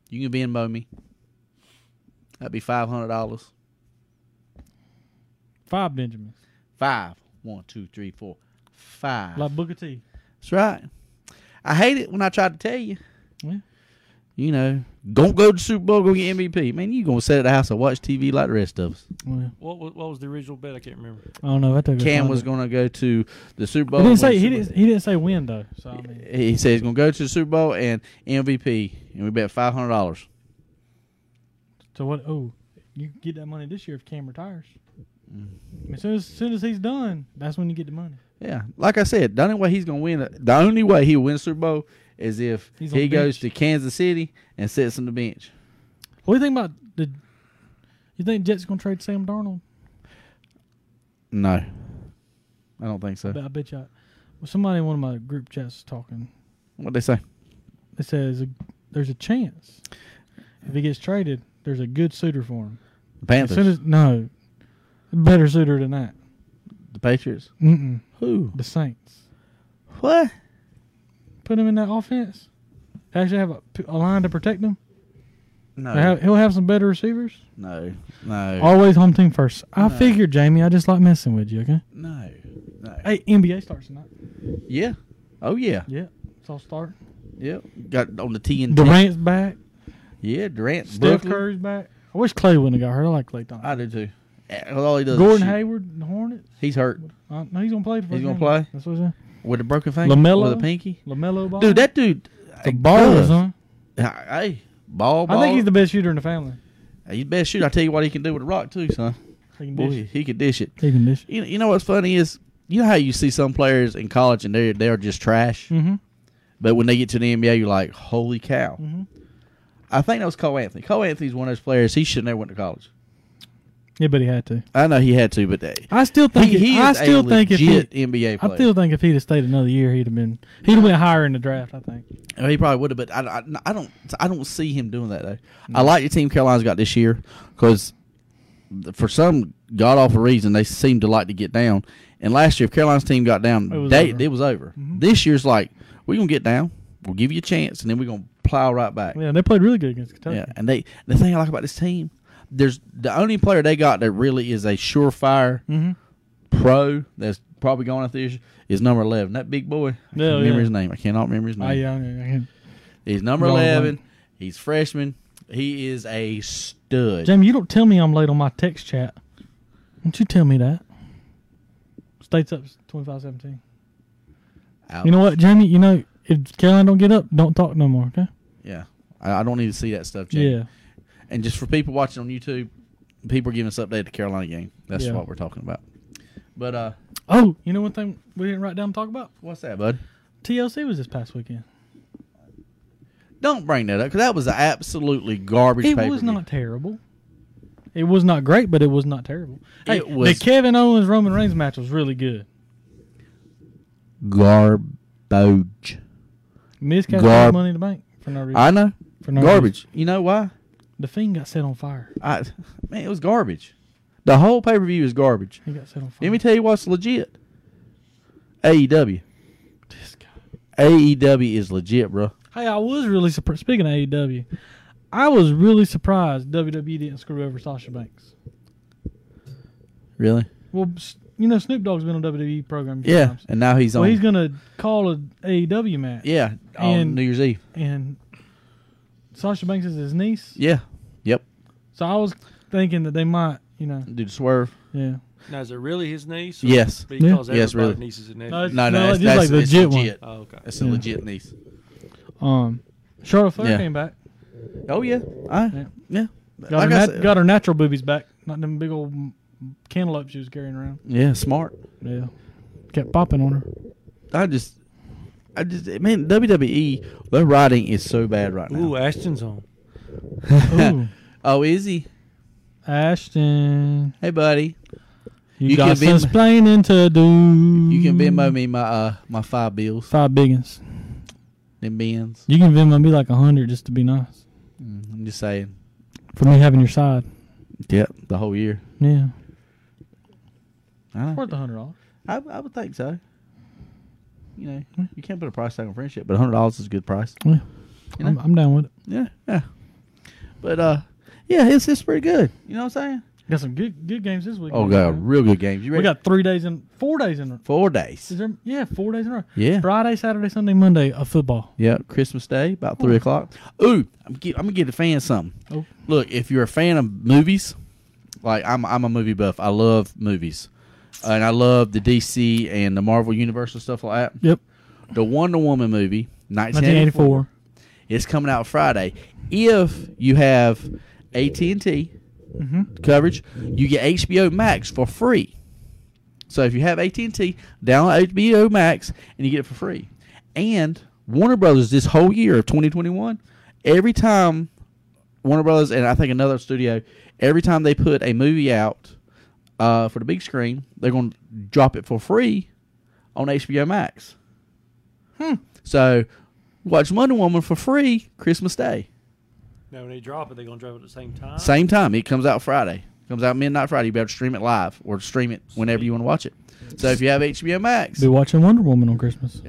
Speaker 5: You can be in me. That'd be five hundred dollars.
Speaker 2: five Benjamins,
Speaker 5: Five. One, two, three, four. Five.
Speaker 2: like Booker T.
Speaker 5: That's right. I hate it when I try to tell you.
Speaker 2: Yeah.
Speaker 5: You know, don't go to the Super Bowl, go get MVP. Man, you gonna sit at the house and watch TV like the rest of us.
Speaker 2: Well,
Speaker 4: What, was what was the original bet? I can't remember.
Speaker 2: I don't know. I took a
Speaker 5: Cam
Speaker 2: shot
Speaker 5: was
Speaker 2: at-
Speaker 5: gonna go to the Super Bowl.
Speaker 2: He didn't
Speaker 5: and
Speaker 2: say
Speaker 5: win
Speaker 2: he
Speaker 5: the Super
Speaker 2: didn't. He didn't say when though. So I mean,
Speaker 5: Bowl. He said he's gonna go to the Super Bowl and MVP, and we bet five hundred dollars.
Speaker 2: so what? Oh, you can get that money this year if Cam retires. I
Speaker 5: Mm-hmm.
Speaker 2: mean, as soon as, as soon as he's done, that's when you get the money.
Speaker 5: Yeah, like I said, the only way he's gonna win, the only way he wins Super Bowl is if
Speaker 2: He's on
Speaker 5: he
Speaker 2: the
Speaker 5: goes
Speaker 2: bench.
Speaker 5: to Kansas City and sits on the bench.
Speaker 2: What do you think about the? You think Jets gonna trade Sam Darnold?
Speaker 5: No, I don't think so.
Speaker 2: I bet you. I, well, somebody in one of my group chats was talking.
Speaker 5: What they say?
Speaker 2: It says there's a chance if he gets traded, there's a good suitor for him.
Speaker 5: The
Speaker 2: As soon
Speaker 5: Panthers,
Speaker 2: as no, better suitor than that.
Speaker 5: the Patriots.
Speaker 2: Mm-mm,
Speaker 5: Who?
Speaker 2: the Saints.
Speaker 5: What?
Speaker 2: put him in that offense? Actually, have a, a line to protect him.
Speaker 5: No,
Speaker 2: Have- He'll have some better receivers.
Speaker 5: no, no,
Speaker 2: Always home team first. I
Speaker 5: No.
Speaker 2: figured, Jamie. I just like messing with you. Okay.
Speaker 5: no, no.
Speaker 2: Hey, NBA starts tonight.
Speaker 5: Yeah. Oh yeah.
Speaker 2: Yeah, it's all start.
Speaker 5: Yep. Got on the TNT.
Speaker 2: Durant's back.
Speaker 5: Yeah, Durant.
Speaker 2: Steph
Speaker 5: Mm-hmm. Brooklyn.
Speaker 2: Curry's back. I wish Clay wouldn't have got hurt. I like Clay Thompson.
Speaker 5: I do too. Eh, All he does. is
Speaker 2: Gordon
Speaker 5: shoot.
Speaker 2: Hayward, the Hornets.
Speaker 5: He's hurt
Speaker 2: Uh, no, he's gonna play. The first
Speaker 5: He's gonna
Speaker 2: game.
Speaker 5: play?
Speaker 2: That's what I said.
Speaker 5: with a broken finger.
Speaker 2: LaMelo?
Speaker 5: With a pinky.
Speaker 2: Lamelo Ball.
Speaker 5: Dude, that dude.
Speaker 2: the
Speaker 5: hey,
Speaker 2: ballers,
Speaker 5: cuz.
Speaker 2: huh?
Speaker 5: Hey, ball, ball.
Speaker 2: I think he's the best shooter in the family.
Speaker 5: He's best shooter. I tell you what, he can do with a rock too, son.
Speaker 2: He can
Speaker 5: Boy,
Speaker 2: dish.
Speaker 5: he could dish it.
Speaker 2: He can dish.
Speaker 5: You know, you know what's funny is you know how you see some players in college and they they are just trash,
Speaker 2: Mm-hmm.
Speaker 5: but when they get to the NBA, you're like, holy cow.
Speaker 2: Mm-hmm.
Speaker 5: I think that was Cole Anthony. Cole Anthony's one of those players. He should have never went to college.
Speaker 2: Yeah, but he had to.
Speaker 5: I know he had to, but they,
Speaker 2: I still think.
Speaker 5: he, he
Speaker 2: I
Speaker 5: is
Speaker 2: still
Speaker 5: a
Speaker 2: think if he,
Speaker 5: legit NBA player.
Speaker 2: I still think if he'd have stayed another year, he'd have been he'd have went higher in the draft. I think.
Speaker 5: Oh, He probably would have, but I, I, I don't I don't see him doing that though. I like the team Carolina's got this year because for some god awful reason they seem to like to get down. And last year, if Carolina's team got down,
Speaker 2: It was
Speaker 5: they,
Speaker 2: over.
Speaker 5: it was over.
Speaker 2: Mhm.
Speaker 5: This year's like we're gonna get down, we'll give you a chance, and then we're gonna plow right back.
Speaker 2: Yeah, they played really good against Kentucky.
Speaker 5: Yeah, and they the thing I like about this team, there's the only player they got that really is a surefire
Speaker 2: Mm-hmm.
Speaker 5: pro that's probably going out this is number eleven. That big boy, I
Speaker 2: Yeah,
Speaker 5: can't remember
Speaker 2: yeah.
Speaker 5: his name. I cannot remember his name.
Speaker 2: I, yeah, I can.
Speaker 5: He's number
Speaker 2: Wrong
Speaker 5: eleven.
Speaker 2: one.
Speaker 5: He's freshman. He is a stud.
Speaker 2: Jamie, you don't tell me I'm late on my text chat. Don't you tell me that. State's up 25-17.
Speaker 5: Out. Oh.
Speaker 2: You know what, Jamie? You know if Caroline don't get up, don't talk no more. Okay.
Speaker 5: Yeah, I, I don't need to see that stuff, Jamie.
Speaker 2: Yeah.
Speaker 5: And just for people watching on YouTube, people are giving us update the Carolina game. That's
Speaker 2: Yeah.
Speaker 5: what we're talking about. But uh,
Speaker 2: Oh, you know one thing we didn't write down and talk about?
Speaker 5: what's that, bud?
Speaker 2: TLC was this past weekend.
Speaker 5: Don't bring that up because that was an absolutely garbage.
Speaker 2: It was
Speaker 5: pay-per-view.
Speaker 2: not terrible. It was not great, but it was not terrible. Hey,
Speaker 5: It was-
Speaker 2: the Kevin Owens Roman Reigns match was really good.
Speaker 5: garbage.
Speaker 2: Miz got
Speaker 5: Garb-
Speaker 2: money in the bank for no reason.
Speaker 5: I know
Speaker 2: for no reason.
Speaker 5: garbage. You know why?
Speaker 2: The Fiend got set on fire.
Speaker 5: I man, it was garbage. The whole pay per view is garbage.
Speaker 2: He got set on fire.
Speaker 5: Let me tell you what's legit. E AEW.
Speaker 2: This guy.
Speaker 5: AEW E is legit, bro.
Speaker 2: Hey, I was really surprised. Speaking of AEW, I was really surprised WWE didn't screw over Sasha Banks.
Speaker 5: Really?
Speaker 2: Well, s- you know Snoop Dogg's been on WWE program. a few
Speaker 5: Yeah.
Speaker 2: times.
Speaker 5: And now he's
Speaker 2: Well,
Speaker 5: on.
Speaker 2: he's gonna call an AEW match.
Speaker 5: yeah. On
Speaker 2: And-
Speaker 5: New Year's Eve.
Speaker 2: And Sasha Banks is his niece.
Speaker 5: Yeah. Yep.
Speaker 2: So I was thinking that they might, you know,
Speaker 5: Do the swerve.
Speaker 2: yeah.
Speaker 4: Now is it really his niece?
Speaker 5: Yes.
Speaker 4: Because everybody
Speaker 5: Yes, really.
Speaker 4: nieces and
Speaker 2: No,
Speaker 4: nephews.
Speaker 2: it's-
Speaker 5: No, no, it's,
Speaker 2: just
Speaker 5: that's,
Speaker 2: like
Speaker 5: it's
Speaker 2: legit one.
Speaker 5: legit.
Speaker 4: Oh, okay.
Speaker 5: It's a
Speaker 2: Yeah.
Speaker 5: legit niece.
Speaker 2: Um, Charlotte Flair
Speaker 5: Yeah.
Speaker 2: came back.
Speaker 5: Oh yeah, I
Speaker 2: Yeah.
Speaker 5: yeah.
Speaker 2: Got, her
Speaker 5: Like I
Speaker 2: nat-
Speaker 5: said-
Speaker 2: got her natural boobies back, not them big old mm, cantaloupe she was carrying around.
Speaker 5: yeah, smart.
Speaker 2: Yeah, kept popping on her.
Speaker 5: <laughs> I just, I just, man, WWE, their writing is so bad right
Speaker 4: Ooh,
Speaker 5: now.
Speaker 4: Ashton's on.
Speaker 2: Ooh,
Speaker 5: oh, is he?
Speaker 2: Ashton,
Speaker 5: Hey, buddy,
Speaker 2: you,
Speaker 5: You
Speaker 2: got
Speaker 5: can be-
Speaker 2: some explaining to do.
Speaker 5: you can Venmo me my uh my five bills,
Speaker 2: five biggins.
Speaker 5: them bins.
Speaker 2: You can Venmo me like a hundred just to be nice
Speaker 5: Mm, I'm just saying.
Speaker 2: for me having your side.
Speaker 5: Yep, the whole year.
Speaker 2: Yeah,
Speaker 5: I,
Speaker 2: worth a hundred dollars.
Speaker 5: I, I would think so. You know, you can't put a price tag on friendship, but hundred dollars is a good price.
Speaker 2: Yeah.
Speaker 5: You know?
Speaker 2: I'm, I'm down with it.
Speaker 5: Yeah, yeah. But uh, yeah, it's it's pretty good. You know what I'm saying?
Speaker 2: Got some good good games this week.
Speaker 5: Oh god, real good games. You
Speaker 2: we
Speaker 5: ready?
Speaker 2: got three days in, four days in.
Speaker 5: four
Speaker 2: Is
Speaker 5: days.
Speaker 2: there? Yeah, four days in a row.
Speaker 5: Yeah.
Speaker 2: Friday, Saturday, Sunday, Monday of football.
Speaker 5: Yeah, Christmas Day, about three o'clock. Ooh, I'm, gi- I'm gonna give the fans something.
Speaker 2: Oh.
Speaker 5: Look, if you're a fan of movies, like I'm, I'm a movie buff. I love movies, and I love the DC and the Marvel Universe and stuff like that.
Speaker 2: Yep.
Speaker 5: The Wonder Woman movie, 1984,
Speaker 2: 1984.
Speaker 5: is coming out Friday. If you have AT and T
Speaker 2: Mm-hmm.
Speaker 5: coverage, you get HBO Max for free. So if you have AT and T, download HBO Max and you get it for free. And Warner Brothers this whole year of 2021, every time Warner Brothers and I think another studio, every time they put a movie out uh, for the big screen, they're going to drop it for free on HBO Max.
Speaker 2: Hmm.
Speaker 5: So watch Wonder Woman for free Christmas Day.
Speaker 4: Now when they drop it, they're gonna drop it at the same time.
Speaker 5: Same time. It comes out Friday. Comes out midnight Friday. You better stream it live or stream it whenever you want to watch it. So if you have HBO Max,
Speaker 2: Be watching Wonder Woman on Christmas.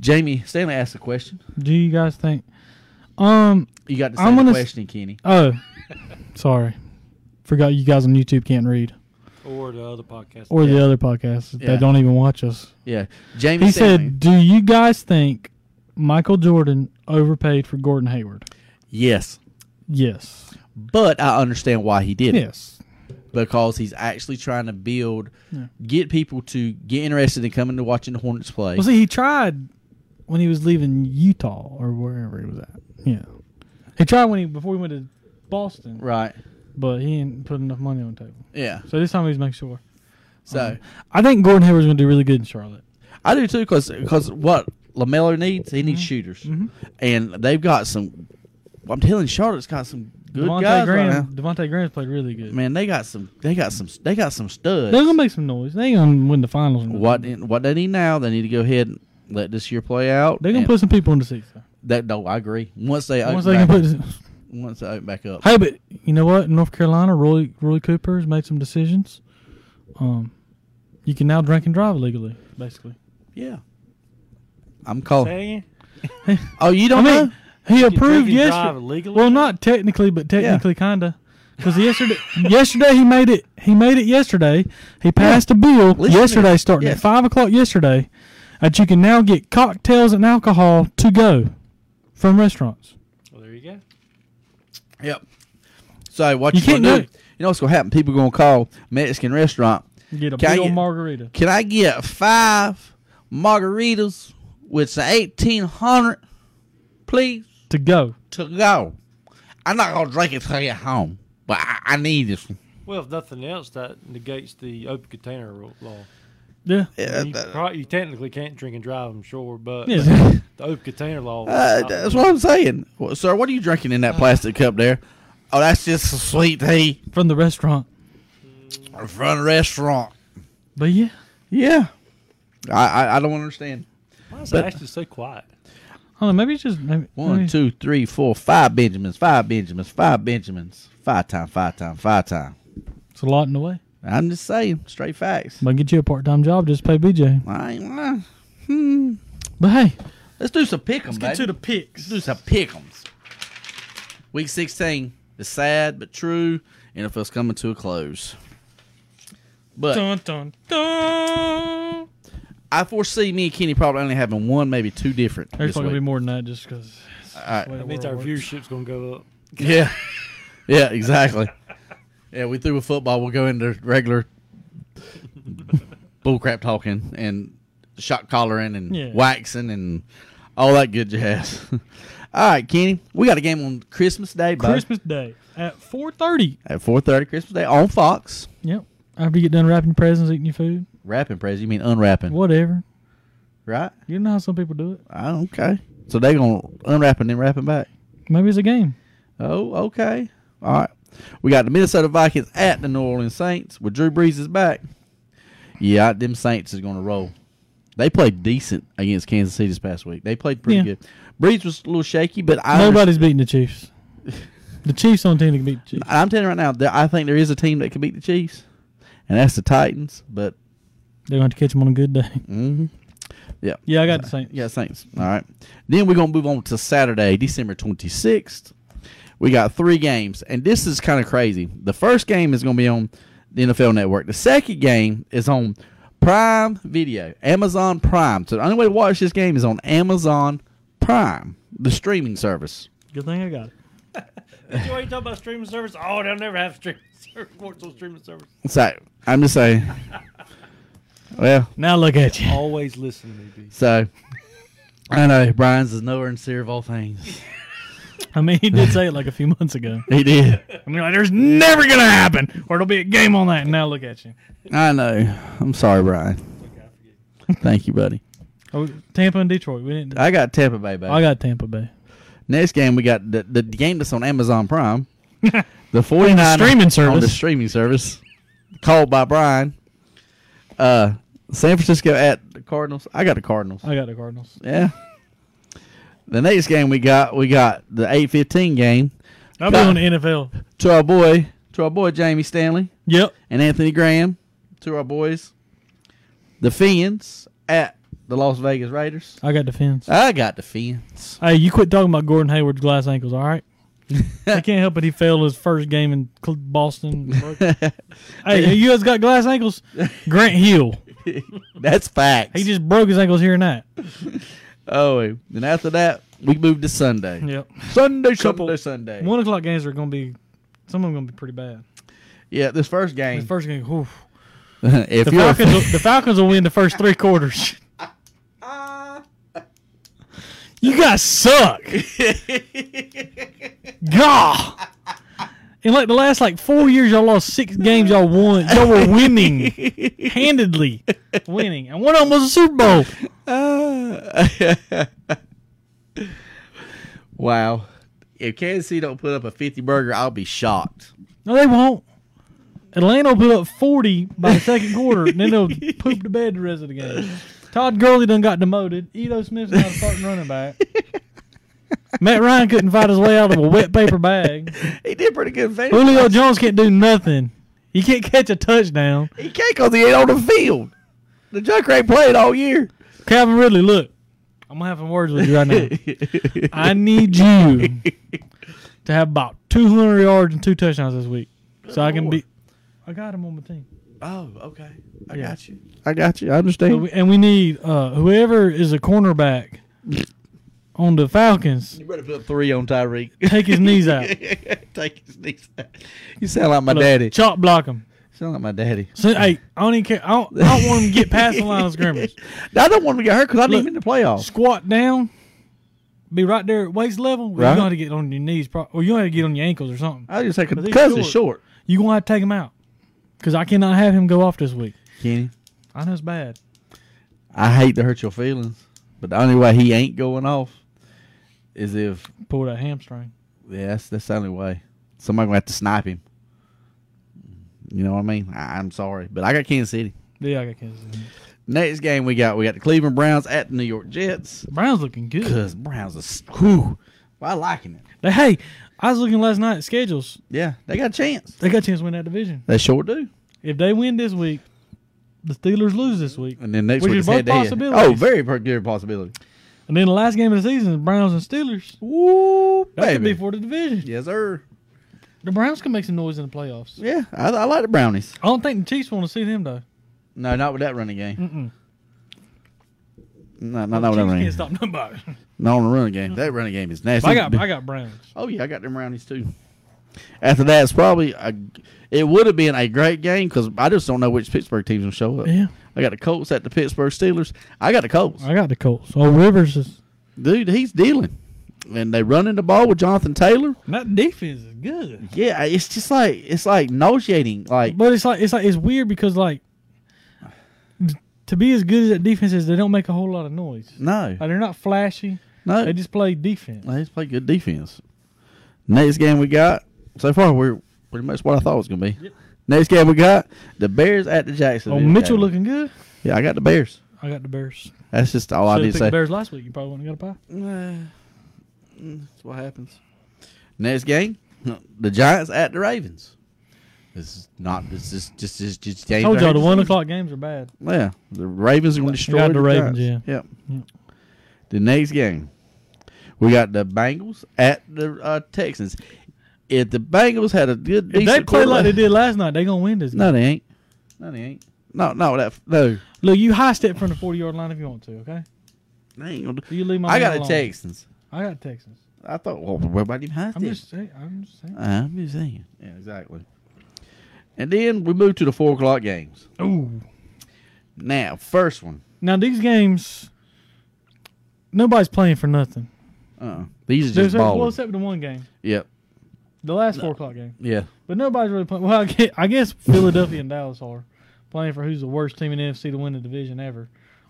Speaker 5: Jamie Stanley asked a question.
Speaker 2: Do you guys think? Um.
Speaker 5: You got to
Speaker 2: I'm
Speaker 5: say the
Speaker 2: gonna s-
Speaker 5: question, Kenny.
Speaker 2: Oh, <laughs> sorry. Forgot you guys on YouTube can't read,
Speaker 4: Or the other podcast.
Speaker 2: or
Speaker 5: Yeah.
Speaker 2: the other podcasts that
Speaker 5: Yeah.
Speaker 2: don't even watch us.
Speaker 5: Yeah, Jamie
Speaker 2: He
Speaker 5: Stanley.
Speaker 2: said, "Do you guys think Michael Jordan overpaid for Gordon Hayward?"
Speaker 5: yes,
Speaker 2: Yes.
Speaker 5: but I understand why he did it
Speaker 2: Yes.
Speaker 5: because he's actually trying to build,
Speaker 2: Yeah.
Speaker 5: get people to get interested in coming to watching the Hornets play.
Speaker 2: Well, see, he tried when he was leaving Utah or wherever he was at. Yeah, he tried when he before he went to Boston,
Speaker 5: right?
Speaker 2: but he didn't put enough money on the table.
Speaker 5: Yeah.
Speaker 2: So this time he's making sure.
Speaker 5: So
Speaker 2: Um, I think Gordon Hayward's going to do really good in Charlotte.
Speaker 5: I do too because what Lamelo needs, he needs shooters,
Speaker 2: Mhm.
Speaker 5: and they've got some. I'm telling you, Charlotte's got some good
Speaker 2: Devontae
Speaker 5: guys right now.
Speaker 2: Graham, Devontae Graham's played really good.
Speaker 5: Man, they got some. They got some. They got some studs.
Speaker 2: They're gonna make some noise. They ain't gonna win the finals.
Speaker 5: what in- what they need now? They need to go ahead and let this year play out.
Speaker 2: They're gonna
Speaker 5: and
Speaker 2: put some people in the seats. though.
Speaker 5: that. No, I agree. Once they
Speaker 2: Once
Speaker 5: once
Speaker 2: they
Speaker 5: open
Speaker 2: can
Speaker 5: back,
Speaker 2: put, <laughs>
Speaker 5: once they open back up,
Speaker 2: hey, but you know what? North Carolina, Roy Roy Cooper has made some decisions. Um, you can now drink and drive legally, basically.
Speaker 5: yeah. I'm calling.
Speaker 4: Say again?
Speaker 5: Oh, you don't
Speaker 2: I mean,
Speaker 5: know?
Speaker 2: he
Speaker 4: You
Speaker 2: approved
Speaker 4: drink and drive
Speaker 2: yesterday.
Speaker 4: legally?
Speaker 2: Well, not technically, but technically, kinda. Because yesterday, <laughs> yesterday he made it. He made it yesterday. He passed a bill
Speaker 5: Listen to
Speaker 2: yesterday,
Speaker 5: this.
Speaker 2: starting at
Speaker 5: Yes.
Speaker 2: five o'clock yesterday, that you can now get cocktails and alcohol to go from restaurants.
Speaker 4: Well, Oh, there you go.
Speaker 5: Yep. So what
Speaker 2: You
Speaker 5: you,
Speaker 2: can't
Speaker 5: gonna
Speaker 2: do
Speaker 5: do?
Speaker 2: it.
Speaker 5: You know what's gonna happen? People gonna call Mexican restaurant.
Speaker 2: Get a
Speaker 5: Can I
Speaker 2: big old
Speaker 5: get-
Speaker 2: margarita.
Speaker 5: Can I get five margaritas with some eighteen hundred, please?
Speaker 2: to go.
Speaker 5: To go. I'm not gonna drink it till I get home, but I, I need this. one.
Speaker 4: Well, if nothing else, that negates the open container ru- law.
Speaker 2: Yeah.
Speaker 5: Yeah,
Speaker 4: you,
Speaker 5: that-
Speaker 4: pro- you technically can't drink and drive, I'm sure, but
Speaker 2: Yeah.
Speaker 4: the open container law.
Speaker 5: Uh, that's what I'm saying. Well, sir, what are you drinking in that plastic cup there? Oh, that's just some sweet tea
Speaker 2: <laughs> From the restaurant.
Speaker 5: from the restaurant.
Speaker 2: But yeah.
Speaker 5: Yeah. I, I, I don't understand.
Speaker 4: Why is
Speaker 5: but-
Speaker 4: Ashton so quiet?
Speaker 2: I don't know. Maybe it's just maybe,
Speaker 5: One,
Speaker 2: maybe-
Speaker 5: two, three, four, five Benjamins, five Benjamins, five Benjamins, five time, five time, five time.
Speaker 2: It's a lot in the way.
Speaker 5: I'm just saying, straight facts.
Speaker 2: But get you a part time job, just pay BJ.
Speaker 5: I ain't lying. Hmm.
Speaker 2: But hey,
Speaker 5: Let's do some pick'em, baby.
Speaker 2: picks.
Speaker 5: Let's do some pick'ems. Week 16 is sad but true, and NFL's coming to a close. But
Speaker 2: Dun dun dun.
Speaker 5: I foresee me and Kenny probably only having one, maybe two different.
Speaker 2: There's
Speaker 5: this
Speaker 2: probably gonna be
Speaker 5: week.
Speaker 2: more than that just because.
Speaker 5: All right. <laughs>
Speaker 4: That means our viewership's going to go up.
Speaker 5: Yeah. <laughs> Yeah, exactly. yeah, we threw a football. We'll go into regular bullcrap talking and shot collaring and
Speaker 2: Yeah.
Speaker 5: waxing and all that good jazz. <laughs> all right, Kenny, we got a game on Christmas Day, bud.
Speaker 2: Christmas Day at four thirty.
Speaker 5: at four thirty Christmas Day on Fox.
Speaker 2: Yep. After you get done wrapping presents, eating your food,
Speaker 5: Wrapping, praise. You mean unwrapping,
Speaker 2: whatever.
Speaker 5: right?
Speaker 2: You know how some people do it.
Speaker 5: Oh, okay. So they gonna unwrap and then wrap it back.
Speaker 2: Maybe it's a game.
Speaker 5: Oh, okay. All right. We got the Minnesota Vikings at the New Orleans Saints with Drew Brees is back. Yeah, them Saints is going to roll. They played decent against Kansas City this past week. They played pretty
Speaker 2: Yeah.
Speaker 5: good. Brees was a little shaky, but I
Speaker 2: Nobody's beating the Chiefs. the Chiefs on team that can beat the Chiefs.
Speaker 5: I'm telling you right now, there, I think there is a team that can beat the Chiefs, and that's the Titans. But
Speaker 2: They're going to have to catch them on a good day.
Speaker 5: mhm. yeah,
Speaker 2: Yeah, I got the Saints.
Speaker 5: yeah, Saints. All right. Then we're gonna move on to Saturday, December twenty sixth. We got three games, and this is kind of crazy. The first game is gonna be on the NFL Network. The second game is on Prime Video, Amazon Prime. So the only way to watch this game is on Amazon Prime, the streaming service.
Speaker 2: Good thing I got it.
Speaker 4: You ain't talking about streaming service. Oh, they'll never have streaming <laughs> service. What's on streaming service?
Speaker 5: So I'm just saying. <laughs> well,
Speaker 2: Now look at you.
Speaker 4: Always listen to me, B.
Speaker 5: so I know Brian's is nowhere in of all things.
Speaker 2: I mean, he did say it like a few months
Speaker 5: <laughs>
Speaker 2: ago.
Speaker 5: He did.
Speaker 2: I mean, like, there's never going to happen, or it'll be a game on that. And now look at you.
Speaker 5: I know. I'm sorry, Brian. Thank you, buddy.
Speaker 2: Oh, Tampa and Detroit. We didn't.
Speaker 5: I got Tampa Bay baby.
Speaker 2: I got Tampa Bay.
Speaker 5: Next game, we got the, the game that's on Amazon
Speaker 2: <laughs>
Speaker 5: Prime. the 49ers.
Speaker 2: streaming service.
Speaker 5: On the streaming service. Called by Brian. Uh, San Francisco at the Cardinals. I got the Cardinals.
Speaker 2: I got the Cardinals.
Speaker 5: Yeah. The next game we got, we got the 8-15 game
Speaker 2: I'll be on the NFL.
Speaker 5: to our boy, to our boy Jamie Stanley
Speaker 2: Yep.
Speaker 5: and Anthony Graham, to our boys, the Fiends at the Las Vegas Raiders.
Speaker 2: I got defense.
Speaker 5: I got the Fiends.
Speaker 2: Hey, you quit talking about Gordon Hayward's glass ankles, all right? I can't help it. He failed his first game in Cl- Boston.
Speaker 5: <laughs>
Speaker 2: hey, you guys got glass ankles? Grant Hill.
Speaker 5: <laughs> That's facts.
Speaker 2: He just broke his ankles here and that.
Speaker 5: Oh, and after that, we moved to Sunday.
Speaker 2: Yep.
Speaker 5: Sunday,
Speaker 2: Couple-
Speaker 5: Sunday, Sunday.
Speaker 2: One o'clock games are going to be, some of them going to be pretty bad.
Speaker 5: Yeah, this first game.
Speaker 2: The first game, whew.
Speaker 5: <laughs> if
Speaker 2: The
Speaker 5: you're a-
Speaker 2: Falcons, will, the Falcons will win the first three
Speaker 5: <laughs>
Speaker 2: quarters. you guys suck. Gah. In like the last like four years, y'all lost six games. Y'all won. Y'all were winning
Speaker 5: <laughs>
Speaker 2: handedly, winning, and one of them was a Super Bowl.
Speaker 5: Ah. <laughs> wow, if Kansas City don't put up a fifty burger, I'll be shocked. <laughs>
Speaker 2: No, they won't. Atlanta will put up forty by the second quarter, and then they'll poop the bed the rest of the game. Todd Gurley done got demoted. Edo Smith's not a starting running back. Matt Ryan couldn't fight his way out of a wet paper bag.
Speaker 5: He did pretty good. in Vegas.
Speaker 2: Julio Jones can't do nothing. He can't catch a touchdown.
Speaker 5: He can't cause he ain't on the field. The Junkrat played all year.
Speaker 2: Calvin Ridley, look, I'm gonna have some words with you right
Speaker 5: <laughs>
Speaker 2: now. I need you to have about 200 yards and two touchdowns this week, so I can be. I got him on my team.
Speaker 5: oh, okay. I
Speaker 2: Yeah.
Speaker 5: got you. I got you. I
Speaker 2: So
Speaker 5: understand.
Speaker 2: we- and we need uh, whoever is a cornerback on the Falcons
Speaker 5: You better put three on Tyreek.
Speaker 2: take his knees out.
Speaker 5: <laughs> Take his knees out. You sound like my
Speaker 2: Look,
Speaker 5: daddy.
Speaker 2: Chop block him.
Speaker 5: Sound like my daddy.
Speaker 2: So, hey, I don't even care. I don't, I don't want him to get past the line of scrimmage.
Speaker 5: <laughs> I don't want him to get hurt because I need
Speaker 2: Look.
Speaker 5: him in the playoffs.
Speaker 2: Squat down. Be right there at waist level.
Speaker 5: Right.
Speaker 2: You're going to get on your knees, pro- or you're going to get on your ankles or something.
Speaker 5: I just say
Speaker 2: But he's
Speaker 5: because it's short.
Speaker 2: You're going to have to take him out because I cannot have him go off this week.
Speaker 5: Kenny,
Speaker 2: I know it's bad.
Speaker 5: I hate to hurt your feelings, but the only way he ain't going off is if
Speaker 2: Pull that hamstring.
Speaker 5: yeah, that's, that's the only way. Somebody gonna have to snipe him. You know what I mean? I, I'm sorry, but I got Kansas City.
Speaker 2: Yeah, I got Kansas City.
Speaker 5: Next game we got we got the Cleveland Browns at the New York Jets.
Speaker 2: The Browns looking good.
Speaker 5: Cause Browns is whew, well, I liking it.
Speaker 2: They- hey, I was looking last night at schedules.
Speaker 5: Yeah, they got a chance.
Speaker 2: They got a chance to win that division.
Speaker 5: They sure do.
Speaker 2: If they win this week, the Steelers lose this week,
Speaker 5: And then next
Speaker 2: Which
Speaker 5: week
Speaker 2: is
Speaker 5: it's
Speaker 2: both
Speaker 5: head to head.
Speaker 2: possibilities.
Speaker 5: Oh, very per- good possibility.
Speaker 2: and then the last game of the season is Browns and Steelers.
Speaker 5: Woo,
Speaker 2: That could
Speaker 5: baby.
Speaker 2: be for the division.
Speaker 5: yes, sir.
Speaker 2: The Browns can make some noise in the playoffs.
Speaker 5: Yeah, I, I like the brownies.
Speaker 2: I don't think the Chiefs want to see them though.
Speaker 5: No, not with that running game.
Speaker 2: Mm-mm.
Speaker 5: No,
Speaker 2: The
Speaker 5: not, not with that
Speaker 2: Chiefs
Speaker 5: running
Speaker 2: can't
Speaker 5: game.
Speaker 2: stop nobody. <laughs>
Speaker 5: Not on the running game. That running game is nasty.
Speaker 2: I got I got Browns.
Speaker 5: oh yeah, I got them brownies too. After that, it's probably a, it would have been a great game because I just don't know which Pittsburgh teams will show up.
Speaker 2: Yeah.
Speaker 5: I got the Colts at the Pittsburgh Steelers. I got the Colts.
Speaker 2: I got the Colts. Oh, Rivers is
Speaker 5: Dude, he's dealing. And they running the ball with Jonathan Taylor.
Speaker 2: that defense is good,
Speaker 5: Yeah, it's just like it's like nauseating. Like
Speaker 2: but it's like it's like it's weird because like to be as good as that defense is, they don't make a whole lot of noise.
Speaker 5: no,
Speaker 2: Like, they're not flashy.
Speaker 5: no,
Speaker 2: They just play defense.
Speaker 5: They just play good defense. Next game we got so far we're pretty much what I thought it was gonna be. Next game we got the Bears at the
Speaker 2: Oh,
Speaker 5: Jacksonville.
Speaker 2: Mitchell
Speaker 5: game.
Speaker 2: looking good.
Speaker 5: Yeah, I got the Bears.
Speaker 2: I got the Bears.
Speaker 5: That's just all I
Speaker 2: Should
Speaker 5: need
Speaker 2: have
Speaker 5: to
Speaker 2: picked the
Speaker 5: say.
Speaker 2: Bears last week. You probably wouldn't have got a pie.
Speaker 5: That's what happens. Next game, the Giants at the Ravens. This is not. This is just just just. James
Speaker 2: Told y'all the
Speaker 5: Ravens.
Speaker 2: one o'clock games are bad.
Speaker 5: Yeah, the Ravens are going to destroy
Speaker 2: got
Speaker 5: the,
Speaker 2: the Ravens,
Speaker 5: Giants. Yep.
Speaker 2: Yeah.
Speaker 5: The next game, we got the Bengals at the uh, Texans. If the Bengals had a good,
Speaker 2: If they
Speaker 5: decent
Speaker 2: play like they
Speaker 5: quarterback-
Speaker 2: did last night, they gonna win this.
Speaker 5: no, they ain't. No, they ain't. No, no, that no,
Speaker 2: Look, you high step from the forty yard line if you want to. Okay,
Speaker 5: they ain't gonna do.
Speaker 2: you leave my.
Speaker 5: I
Speaker 2: man
Speaker 5: got the
Speaker 2: alone.
Speaker 5: Texans.
Speaker 2: I got Texans.
Speaker 5: I thought, well, everybody even has
Speaker 2: I'm
Speaker 5: this.
Speaker 2: just saying. I'm just saying.
Speaker 5: Uh, I'm just saying. Yeah, exactly. And then we move to the four o'clock games.
Speaker 2: Ooh.
Speaker 5: Now, first one.
Speaker 2: Now these games, nobody's playing for nothing.
Speaker 5: Uh, these are
Speaker 2: There's
Speaker 5: just
Speaker 2: well,
Speaker 5: balling.
Speaker 2: except the one game,
Speaker 5: Yep.
Speaker 2: the last four o'clock game.
Speaker 5: Yeah.
Speaker 2: But nobody's really playing. Well, I guess, I guess Philadelphia and Dallas are playing for who's the worst team in the NFC to win the division ever.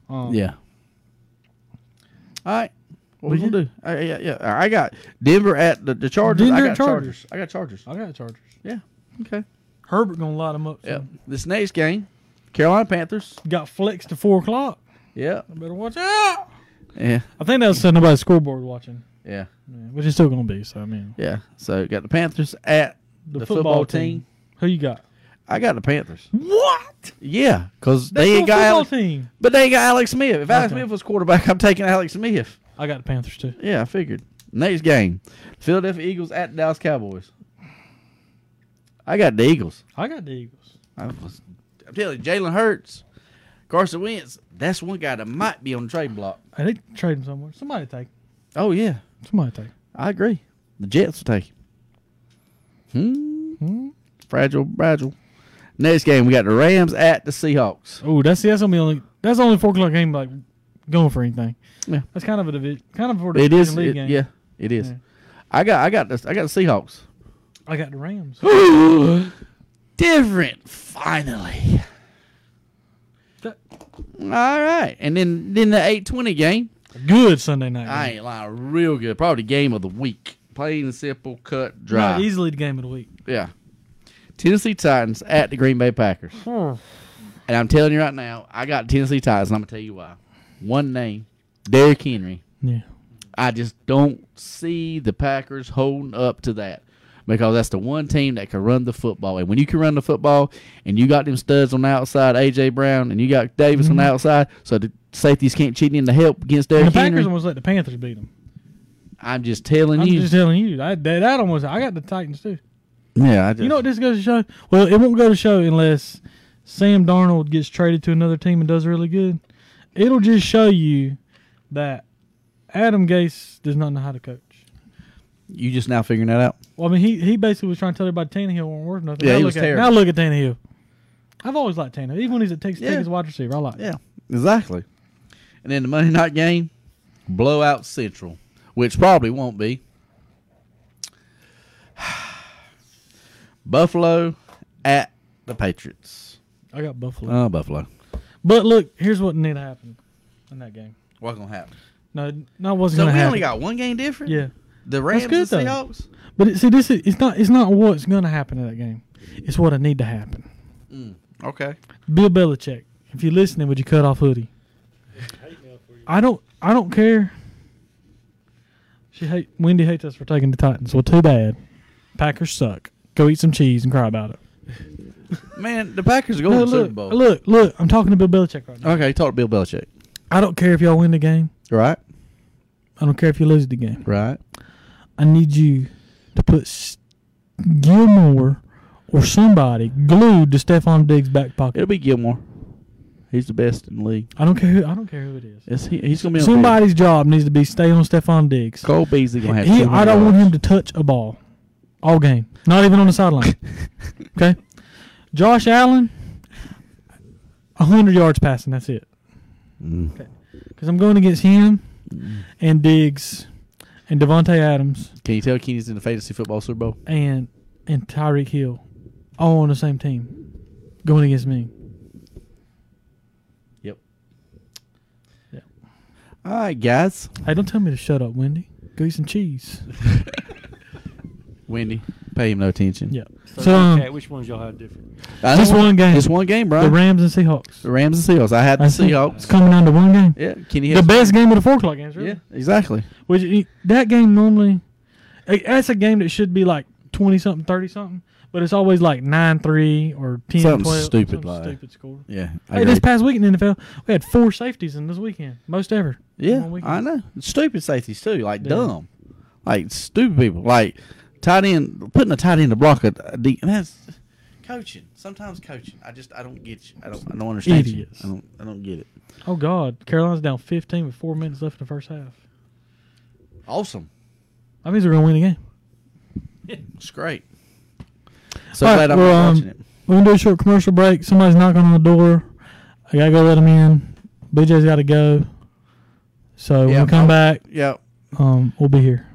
Speaker 2: Um,
Speaker 5: Yeah. All right. What we
Speaker 2: Well,
Speaker 5: gonna do? Uh, yeah, yeah. All right, I got Denver at the, the Chargers. I
Speaker 2: Denver
Speaker 5: got
Speaker 2: at
Speaker 5: Chargers. I got Chargers.
Speaker 2: I got the Chargers.
Speaker 5: Okay.
Speaker 2: Herbert gonna light them up.
Speaker 5: Yep.
Speaker 2: soon.
Speaker 5: This next game, Carolina Panthers.
Speaker 2: Got flexed to four o'clock.
Speaker 5: Yeah.
Speaker 2: I better watch out.
Speaker 5: Yeah.
Speaker 2: I think that was something about scoreboard watching,
Speaker 5: Yeah.
Speaker 2: yeah, which is still gonna be. So I mean,
Speaker 5: Yeah. So got the Panthers at
Speaker 2: the, football, team. Who you got?
Speaker 5: I got the Panthers.
Speaker 2: What?
Speaker 5: Yeah, because
Speaker 2: That's
Speaker 5: they
Speaker 2: your
Speaker 5: ain't got
Speaker 2: football
Speaker 5: Alex,
Speaker 2: team.
Speaker 5: but they ain't got Alex Smith. If Alex
Speaker 2: Okay.
Speaker 5: Smith was quarterback, I'm taking Alex Smith.
Speaker 2: I got the Panthers too.
Speaker 5: Yeah, I figured. Next game, Philadelphia Eagles at the Dallas Cowboys. I got the Eagles.
Speaker 2: I got the Eagles.
Speaker 5: I was, I'm telling you, Jalen Hurts, Carson Wentz. That's one guy that might be on the trade block.
Speaker 2: I need to trade them somewhere. Somebody take.
Speaker 5: Oh yeah,
Speaker 2: Somebody take.
Speaker 5: I agree. The Jets will take. him. Hmm.
Speaker 2: Hmm?
Speaker 5: Fragile, fragile. Next game, we got the Rams at the Seahawks.
Speaker 2: Oh, that's that's gonna be only that's the only four o'clock game like going for anything.
Speaker 5: Yeah.
Speaker 2: That's kind of a division, kind of for the
Speaker 5: It is,
Speaker 2: league
Speaker 5: it-
Speaker 2: game.
Speaker 5: yeah, it is.
Speaker 2: Yeah.
Speaker 5: I got, I got this. I got the Seahawks.
Speaker 2: I got the Rams.
Speaker 5: <gasps> Different, finally.
Speaker 2: That-
Speaker 5: All right, and then then the eight twenty game.
Speaker 2: Good Sunday night.
Speaker 5: I
Speaker 2: Game.
Speaker 5: ain't lying, real good. Probably the game of the week. Plain and simple, cut dry.
Speaker 2: Not easily the game of the week.
Speaker 5: Yeah. Tennessee Titans at the Green Bay Packers.
Speaker 2: Hmm.
Speaker 5: And I'm telling you right now, I got Tennessee Titans, and I'm going to tell you why. One name, Derrick Henry.
Speaker 2: Yeah.
Speaker 5: I just don't see the Packers holding up to that because that's the one team that can run the football. And when you can run the football and you got them studs on the outside, A.J. Brown, and you got Davis on the outside, so the safeties can't cheat in to help against
Speaker 2: Mm-hmm. And the
Speaker 5: Derrick
Speaker 2: Packers
Speaker 5: Henry.
Speaker 2: almost let the Panthers beat them.
Speaker 5: I'm just telling
Speaker 2: I'm
Speaker 5: you.
Speaker 2: just telling you. I, that, that almost. I got the Titans too.
Speaker 5: yeah, I just,
Speaker 2: You know what this goes to show? Well, it won't go to show unless Sam Darnold gets traded to another team and does really good. It'll just show you that Adam Gase does not know how to coach.
Speaker 5: you just now figuring that out.
Speaker 2: Well, I mean, he, he basically was trying to tell everybody Tannehill weren't worth nothing.
Speaker 5: Yeah,
Speaker 2: now
Speaker 5: he
Speaker 2: look
Speaker 5: was
Speaker 2: at,
Speaker 5: terrible.
Speaker 2: Now look at Tannehill. I've always liked Tannehill, even when he's a Texas
Speaker 5: Yeah.
Speaker 2: Tech as wide receiver. I like.
Speaker 5: Yeah, exactly. And then the Monday night game, blowout central, which probably won't be. <sighs> Buffalo at the Patriots.
Speaker 2: I got Buffalo.
Speaker 5: Oh, Buffalo.
Speaker 2: but look, here's what need to happen in that game.
Speaker 5: What's gonna happen?
Speaker 2: No, no, it wasn't
Speaker 5: So we
Speaker 2: gonna happen.
Speaker 5: only got one game different.
Speaker 2: yeah.
Speaker 5: the Rams
Speaker 2: good,
Speaker 5: and
Speaker 2: though.
Speaker 5: Seahawks.
Speaker 2: But it, see, this is it's not it's not what's gonna happen in that game. It's what I need to happen.
Speaker 5: Okay.
Speaker 2: Bill Belichick, if you're listening, would you cut off hoodie? I don't. I don't care. She hate Wendy hates us for taking the Titans. Well, too bad. Packers suck. Go eat some cheese and cry about it.
Speaker 5: Man, the Packers are going
Speaker 2: No,
Speaker 5: to the
Speaker 2: look,
Speaker 5: Super Bowl.
Speaker 2: look, look. I'm talking to Bill Belichick right now.
Speaker 5: Okay, talk to Bill Belichick.
Speaker 2: I don't care if y'all win the game.
Speaker 5: Right,
Speaker 2: I don't care if you lose the game.
Speaker 5: right.
Speaker 2: I need you to put S- Gilmore or somebody glued to Stephon Diggs' back pocket.
Speaker 5: It'll be Gilmore. He's the best in the league.
Speaker 2: I don't care. Who, I don't care who it is.
Speaker 5: It's, he, he's gonna be on the field.
Speaker 2: Somebody's job needs to be stay on Stephon Diggs.
Speaker 5: Cole Beasley gonna have.
Speaker 2: He,
Speaker 5: 200
Speaker 2: I don't want
Speaker 5: yards.
Speaker 2: him to touch a ball. All game. Not even on the
Speaker 5: <laughs>
Speaker 2: sideline. okay. Josh Allen, 100 yards passing. That's it.
Speaker 5: Mm.
Speaker 2: Because I'm going against him
Speaker 5: Mm-hmm.
Speaker 2: and Diggs and Devontae Adams
Speaker 5: Can you tell Kenny's in the fantasy football Super Bowl?
Speaker 2: and and Tyreek Hill all on the same team going against me.
Speaker 5: Yep.
Speaker 2: Yeah.
Speaker 5: All right, guys.
Speaker 2: Hey, don't tell me to shut up, Wendy. Go eat some cheese.
Speaker 5: <laughs> Wendy, pay him no attention.
Speaker 2: Yeah.
Speaker 4: So,
Speaker 2: So, um,
Speaker 4: okay, which ones y'all have different?
Speaker 5: I
Speaker 2: Just
Speaker 5: don't-
Speaker 2: one game.
Speaker 5: Just one game, Brian.
Speaker 2: The Rams and Seahawks.
Speaker 5: The Rams and Seahawks. I had the
Speaker 2: That's it. It's
Speaker 5: Seahawks.
Speaker 2: coming down to one game.
Speaker 5: Yeah, Kenny.
Speaker 2: The
Speaker 5: has-
Speaker 2: best game of the four o'clock games, really.
Speaker 5: Yeah, exactly.
Speaker 2: Which i- that game normally, i- that's a game that should be like twenty something, thirty something, but it's always like nine three or 10
Speaker 5: Something
Speaker 2: 12,
Speaker 5: stupid
Speaker 2: something
Speaker 5: like that.
Speaker 2: stupid score.
Speaker 5: Yeah.
Speaker 2: Hey, this past week in the NFL, we had four safeties in this weekend, most ever. in
Speaker 5: Yeah,
Speaker 2: one weekend.
Speaker 5: I know. Stupid safeties too, like
Speaker 2: Yeah.
Speaker 5: dumb, like stupid people, like tight end putting a tight end to block a, a D- and that's coaching. Sometimes coaching, I just I don't get you. I don't I don't understand you.
Speaker 2: Idiots.
Speaker 5: I don't I don't get it.
Speaker 2: Oh God, Carolina's down fifteen with four minutes left in the first half.
Speaker 5: Awesome,
Speaker 2: That means we're gonna win the game.
Speaker 5: it's great. So
Speaker 2: All right,
Speaker 5: glad I'm
Speaker 2: well,
Speaker 5: not
Speaker 2: um,
Speaker 5: watching it.
Speaker 2: We're gonna do a short commercial break. Somebody's knocking on the door. I gotta go let him in. BJ's gotta go. So when
Speaker 5: Yeah,
Speaker 2: we come
Speaker 5: I'll-
Speaker 2: back,
Speaker 5: Yeah,
Speaker 2: um, we'll be here.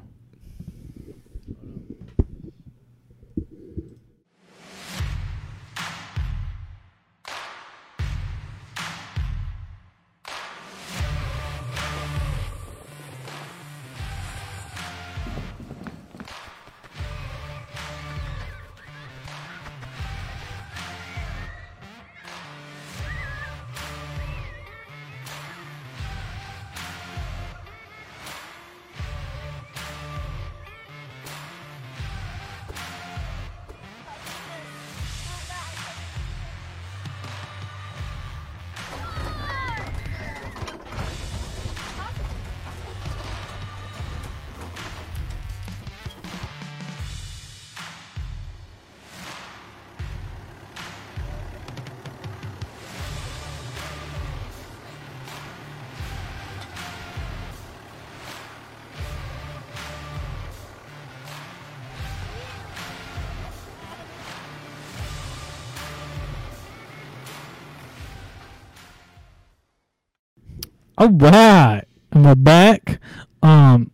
Speaker 2: All right, and we're back. Um,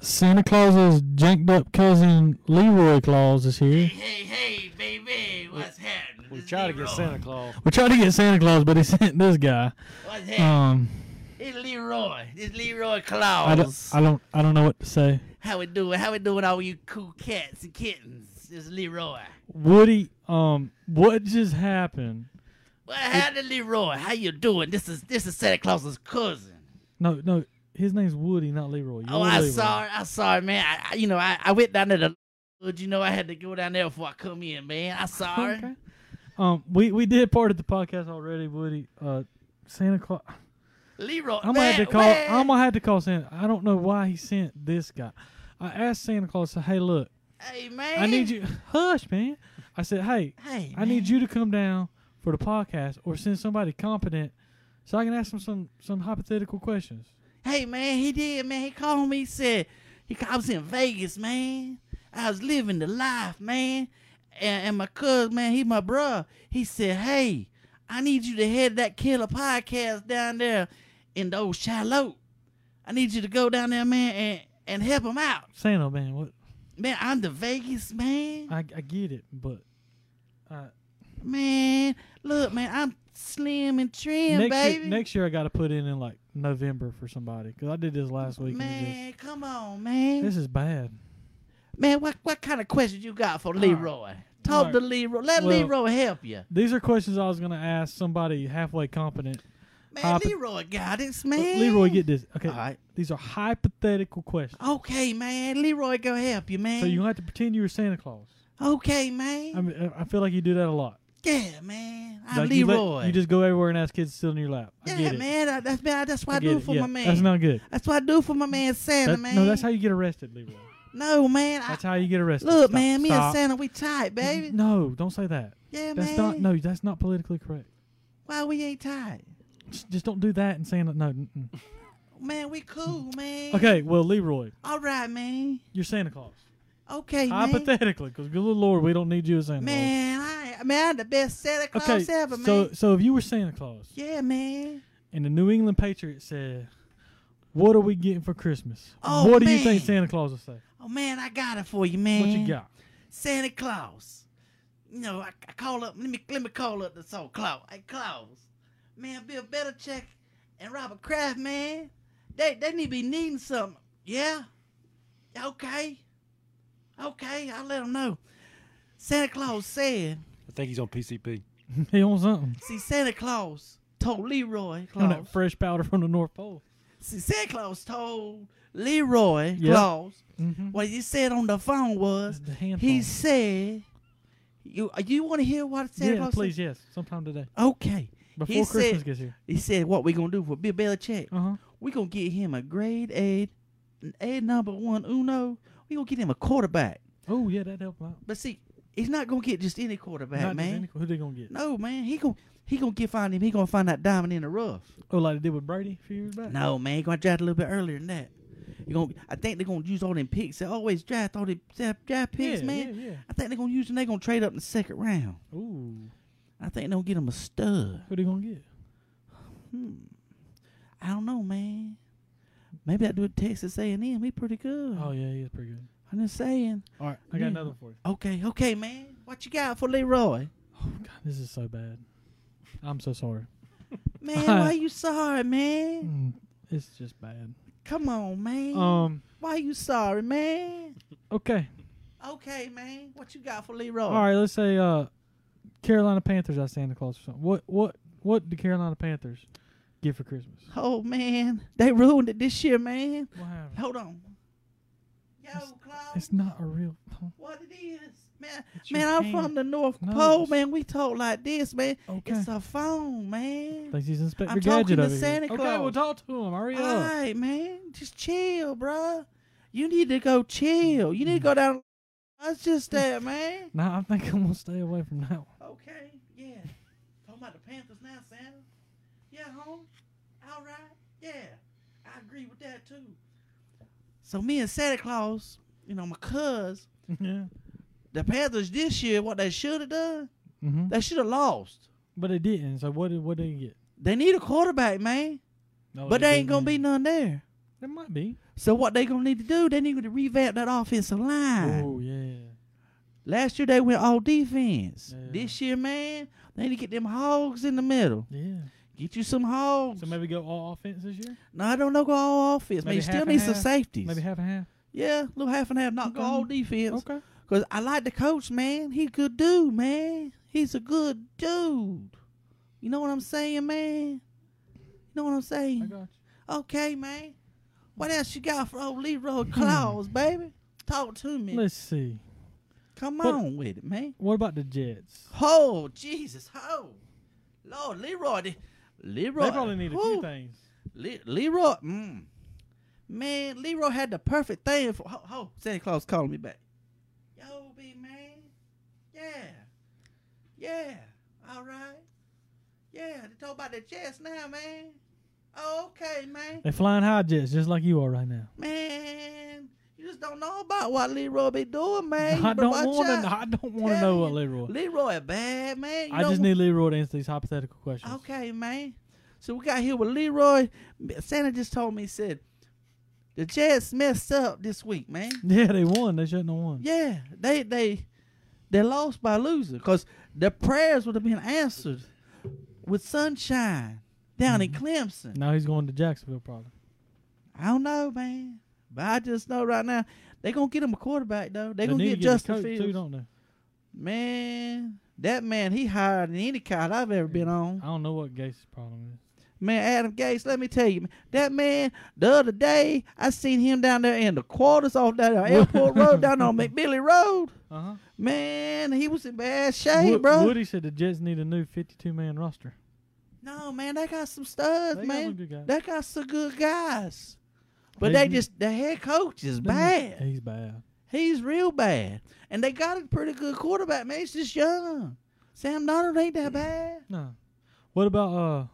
Speaker 2: Santa Claus's janked up cousin Leroy Claus is here.
Speaker 3: Hey, hey, baby, what's happening?
Speaker 4: We
Speaker 3: This
Speaker 4: try to get
Speaker 3: Leroy.
Speaker 4: Santa Claus.
Speaker 2: We tried to get Santa Claus, but he <laughs> sent this guy.
Speaker 3: What's happening?
Speaker 2: Um,
Speaker 3: it's Leroy. It's Leroy
Speaker 2: I don't,
Speaker 3: Claus.
Speaker 2: I don't, I don't know what to say.
Speaker 3: How we doing? How we doing, all you cool cats and kittens? It's Leroy.
Speaker 2: Woody, um, what just happened?
Speaker 3: Well, howdy, Leroy. How you doing? This is this is Santa Claus's cousin.
Speaker 2: No, no, his name's Woody, not Leroy. You're
Speaker 3: Oh, I'm
Speaker 2: Leroy.
Speaker 3: sorry. I'm sorry, man. I, I, you know, I, I went down there to, but you know, I had to go down there before I come in, man. I'm sorry.
Speaker 2: Okay. Um, we we did part of the podcast already, Woody. Uh, Santa Claus.
Speaker 3: Leroy,
Speaker 2: I'm gonna
Speaker 3: man,
Speaker 2: have to call.
Speaker 3: man.
Speaker 2: I'm gonna have to call Santa. I don't know why he sent this guy. I asked Santa Claus, I said, "Hey, look,
Speaker 3: hey, man.
Speaker 2: I need you. <laughs> Hush, man. I said, hey,
Speaker 3: Hey,
Speaker 2: I need you to come down for the podcast or send somebody competent so I can ask them some some hypothetical questions.
Speaker 3: Hey man, he did, man. He called me, he said he ca- I was in Vegas, man. I was living the life, man. And, and my cousin, man, he my bruh. He said, Hey, I need you to head that killer podcast down there in the old Shiloh. I need you to go down there, man, and, and help him out.
Speaker 2: Santa, man, what?
Speaker 3: Man, I'm the Vegas, man.
Speaker 2: I, I get it, but uh,
Speaker 3: Man, look, man, I'm slim and trim,
Speaker 2: next
Speaker 3: baby.
Speaker 2: year, next year I got to put in in like November for somebody because I did this last week. and it just-
Speaker 3: man, come on, man.
Speaker 2: this is bad.
Speaker 3: Man, what what kind of questions you got for Leroy? Talk
Speaker 2: Alright.
Speaker 3: to Leroy. Let
Speaker 2: Well-
Speaker 3: Leroy help you.
Speaker 2: These are questions I was gonna ask somebody halfway competent.
Speaker 3: Man,
Speaker 2: Hypo-
Speaker 3: Leroy got this,
Speaker 2: But
Speaker 3: man.
Speaker 2: Leroy, get this. Okay,
Speaker 5: Alright.
Speaker 2: these are hypothetical questions.
Speaker 3: Okay, man. Leroy gonna help you, man.
Speaker 2: So you have to pretend you were Santa Claus.
Speaker 3: okay, man.
Speaker 2: I mean, I I feel like you do that a lot.
Speaker 3: yeah, man. I'm
Speaker 2: Like, you let-
Speaker 3: Leroy.
Speaker 2: You, just go everywhere and ask kids to sit on your lap. I
Speaker 3: yeah,
Speaker 2: get it.
Speaker 3: man. I, that's man. That's what I,
Speaker 2: I get
Speaker 3: do
Speaker 2: it.
Speaker 3: for
Speaker 2: Yeah,
Speaker 3: my man.
Speaker 2: That's not good.
Speaker 3: That's what I do for my man Santa,
Speaker 2: That-
Speaker 3: man.
Speaker 2: No, that's how you get arrested, Leroy.
Speaker 3: No, man. I,
Speaker 2: That's how you get arrested.
Speaker 3: look,
Speaker 2: Stop-
Speaker 3: man. Me
Speaker 2: stop.
Speaker 3: and Santa, we tight, baby.
Speaker 2: No, don't say that.
Speaker 3: yeah,
Speaker 2: That's
Speaker 3: man.
Speaker 2: not. No, that's not politically correct.
Speaker 3: Why we ain't tight?
Speaker 2: Just, just don't do that and Santa. No. mm-mm.
Speaker 3: Man, we cool, man.
Speaker 2: Mm. Okay. Well, Leroy,
Speaker 3: All right, man.
Speaker 2: you're Santa Claus.
Speaker 3: Okay, man.
Speaker 2: Hypothetically, because good little Lord, we don't need you as Santa
Speaker 3: Man, I man, I'm the best Santa
Speaker 2: Claus.
Speaker 3: Claus
Speaker 2: Okay,
Speaker 3: ever, man.
Speaker 2: so so if you were Santa Claus
Speaker 3: yeah, man.
Speaker 2: and the New England Patriots said, "What are we getting for Christmas?"
Speaker 3: Oh,
Speaker 2: what do you think
Speaker 3: man.
Speaker 2: Santa Claus would say?
Speaker 3: Oh man, I got it for you, man.
Speaker 2: What you got? <laughs>
Speaker 3: Santa Claus. You know, I, I call up. Let me let me call up this old Claus. Hey, Claus, man, Bill Belichick and Robert Kraft, man, they they need to be needing something. Yeah. Okay. Okay, I'll let them know. Santa Claus said.
Speaker 4: I think he's on PCP.
Speaker 2: he on something.
Speaker 3: See, Santa Claus told Leroy
Speaker 2: He On that
Speaker 3: Claus.
Speaker 2: fresh powder from the North Pole.
Speaker 3: See, Santa Claus told Leroy
Speaker 2: Yeah.
Speaker 3: Claus
Speaker 2: Mm-hmm.
Speaker 3: what he said on the phone was
Speaker 2: The hand
Speaker 3: he
Speaker 2: phone.
Speaker 3: said you uh, you want to hear what Santa
Speaker 2: Yeah,
Speaker 3: Claus
Speaker 2: please,
Speaker 3: said?
Speaker 2: yes, sometime today
Speaker 3: Okay.
Speaker 2: before
Speaker 3: he
Speaker 2: Christmas
Speaker 3: said
Speaker 2: gets here.
Speaker 3: he said what we gonna do for Bill Belichick?
Speaker 2: Uh huh.
Speaker 3: We gonna get him a grade A, an A number one Uno. We gonna get him a quarterback.
Speaker 2: Oh yeah, that helped out.
Speaker 3: But see, he's not gonna get just any quarterback,
Speaker 2: Not just
Speaker 3: man.
Speaker 2: any- who they gonna get?
Speaker 3: No, man. He gonna he gonna get find him. He gonna find that diamond in the rough.
Speaker 2: Oh, like they did with Brady a few years back.
Speaker 3: No, man, you gonna draft a little bit earlier than that. You gonna, I think they're gonna use all them picks. They always draft all the draft draft
Speaker 2: yeah,
Speaker 3: picks, man.
Speaker 2: Yeah, yeah.
Speaker 3: I think they're gonna use and they're gonna trade up in the second round.
Speaker 2: Ooh,
Speaker 3: I think they'll get him a stud.
Speaker 2: who they gonna get?
Speaker 3: Hmm. I don't know, man. Maybe I do at Texas A and M. He pretty good.
Speaker 2: Oh yeah, he is pretty good.
Speaker 3: I'm just saying.
Speaker 2: All right, I got
Speaker 3: Yeah.
Speaker 2: another one for you.
Speaker 3: Okay, okay, man. What you got for Leroy?
Speaker 2: Oh god, this is so bad. I'm so sorry. <laughs>
Speaker 3: Man, why you sorry, man?
Speaker 2: Mm, it's just bad.
Speaker 3: Come on, man.
Speaker 2: Um.
Speaker 3: why you sorry, man?
Speaker 2: Okay.
Speaker 3: Okay, man. What you got for Leroy?
Speaker 2: All right. Let's say uh, Carolina Panthers. I Santa Claus or something. What what what do Carolina Panthers get for Christmas?
Speaker 3: Oh man, they ruined it this year, man.
Speaker 2: What happened?
Speaker 3: Hold on. Yo, Claus,
Speaker 2: It's not a real.
Speaker 3: what it is, man?
Speaker 2: It's your
Speaker 3: Man, I'm
Speaker 2: hand.
Speaker 3: from the North
Speaker 2: No,
Speaker 3: Pole,
Speaker 2: it's-
Speaker 3: man. We talk like this, man.
Speaker 2: Okay.
Speaker 3: It's a phone, man.
Speaker 2: Thanks, he's Inspector
Speaker 3: I'm talking
Speaker 2: Gadget
Speaker 3: to
Speaker 2: over here.
Speaker 3: Santa
Speaker 2: Okay,
Speaker 3: Claus. Ah.
Speaker 2: we'll talk to him. Hurry
Speaker 3: All
Speaker 2: up.
Speaker 3: right, man. Just chill, bruh. You need to go chill. You need to go down. That's just that, man.
Speaker 2: Nah, I think I'm gonna stay away from that one.
Speaker 3: Okay, yeah. Talking about the Panthers now, Santa. Yeah, home. All right. Yeah, I agree with that too. So me and Santa Claus, you know, my cuz,
Speaker 2: <laughs> yeah.
Speaker 3: the Panthers this year, what they should have done,
Speaker 2: Mm-hmm.
Speaker 3: they should have lost.
Speaker 2: But they didn't. So what did what did they get?
Speaker 3: They need a quarterback, man.
Speaker 2: No,
Speaker 3: but
Speaker 2: they
Speaker 3: there ain't
Speaker 2: didn't
Speaker 3: gonna be
Speaker 2: get-
Speaker 3: none there.
Speaker 2: There might be.
Speaker 3: So what they gonna need to do? They need to revamp that offensive line.
Speaker 2: Oh yeah.
Speaker 3: Last year they went all defense.
Speaker 2: Yeah.
Speaker 3: This year, man, they need to get them hogs in the middle.
Speaker 2: Yeah.
Speaker 3: Get you some hogs.
Speaker 2: So maybe go all offense this year.
Speaker 3: No, I don't know go all offense. Man,
Speaker 2: Maybe
Speaker 3: you still
Speaker 2: half
Speaker 3: need
Speaker 2: and
Speaker 3: some
Speaker 2: half?
Speaker 3: safeties.
Speaker 2: Maybe half and half.
Speaker 3: yeah, little half and half, not go
Speaker 2: Okay.
Speaker 3: all defense.
Speaker 2: Okay.
Speaker 3: Cause I like the coach, man. He good dude, man. He's a good dude. You know what I'm saying, man? You know what I'm
Speaker 2: I
Speaker 3: saying?
Speaker 2: got you.
Speaker 3: Okay, man. What else you got for old
Speaker 2: <clears throat>
Speaker 3: Leroy Claus, baby? Talk to me.
Speaker 2: Let's see.
Speaker 3: Come
Speaker 2: but-
Speaker 3: on with it, man.
Speaker 2: What about the Jets?
Speaker 3: Oh, Jesus. Oh, Lord, Leroy. the- Leroy.
Speaker 2: They probably need a few
Speaker 3: Whew.
Speaker 2: things.
Speaker 3: Le- Leroy, mm. man, Leroy had the perfect thing for. Ho, ho, Santa Claus calling me back. Yo, big man, yeah, yeah, all right, yeah. They talk about the chest now, man. Oh, okay, man,
Speaker 2: They flying high jets just like you are right now.
Speaker 3: man. You just don't know about what Leroy be doing, man. You
Speaker 2: I
Speaker 3: better
Speaker 2: don't
Speaker 3: watch
Speaker 2: want to.
Speaker 3: out.
Speaker 2: I don't want to
Speaker 3: Tell
Speaker 2: know what
Speaker 3: you.
Speaker 2: Leroy.
Speaker 3: Leroy, bad man. You
Speaker 2: I just
Speaker 3: don't-
Speaker 2: need Leroy to answer these hypothetical questions.
Speaker 3: Okay, man. So we got here with Leroy. Santa just told me, he said, the Jets messed up this week, man.
Speaker 2: <laughs> Yeah, they won. They shouldn't have won.
Speaker 3: Yeah, they they they lost by losing because their prayers would have been answered with sunshine down
Speaker 2: Mm-hmm.
Speaker 3: in Clemson.
Speaker 2: Now he's going to Jacksonville probably.
Speaker 3: I don't know, man, but I just know right now they're gonna get him a quarterback though.
Speaker 2: They
Speaker 3: They're gonna
Speaker 2: need
Speaker 3: get,
Speaker 2: to a
Speaker 3: Justin
Speaker 2: coach, Too,
Speaker 3: Fields.
Speaker 2: don't they?
Speaker 3: man, that man he hired than any coach I've ever been on.
Speaker 2: I don't know what Gates' problem is.
Speaker 3: Man, Adam Gates, let me tell you, man, that man, the other day, I seen him down there in the quarters off that
Speaker 2: <laughs>
Speaker 3: airport road down on McBilly Road.
Speaker 2: Uh huh.
Speaker 3: Man, he was in bad shape, bro.
Speaker 2: Woody said the Jets need a new 52 man roster.
Speaker 3: No, man, they got some studs,
Speaker 2: They got some
Speaker 3: man.
Speaker 2: good guys.
Speaker 3: they got some good guys. But
Speaker 2: They
Speaker 3: they
Speaker 2: do.
Speaker 3: just, the head coach is
Speaker 2: They need-
Speaker 3: bad.
Speaker 2: He's bad.
Speaker 3: He's real bad. And they got a pretty good quarterback, man. He's just young. Sam Donald ain't that bad.
Speaker 2: No. What about uh,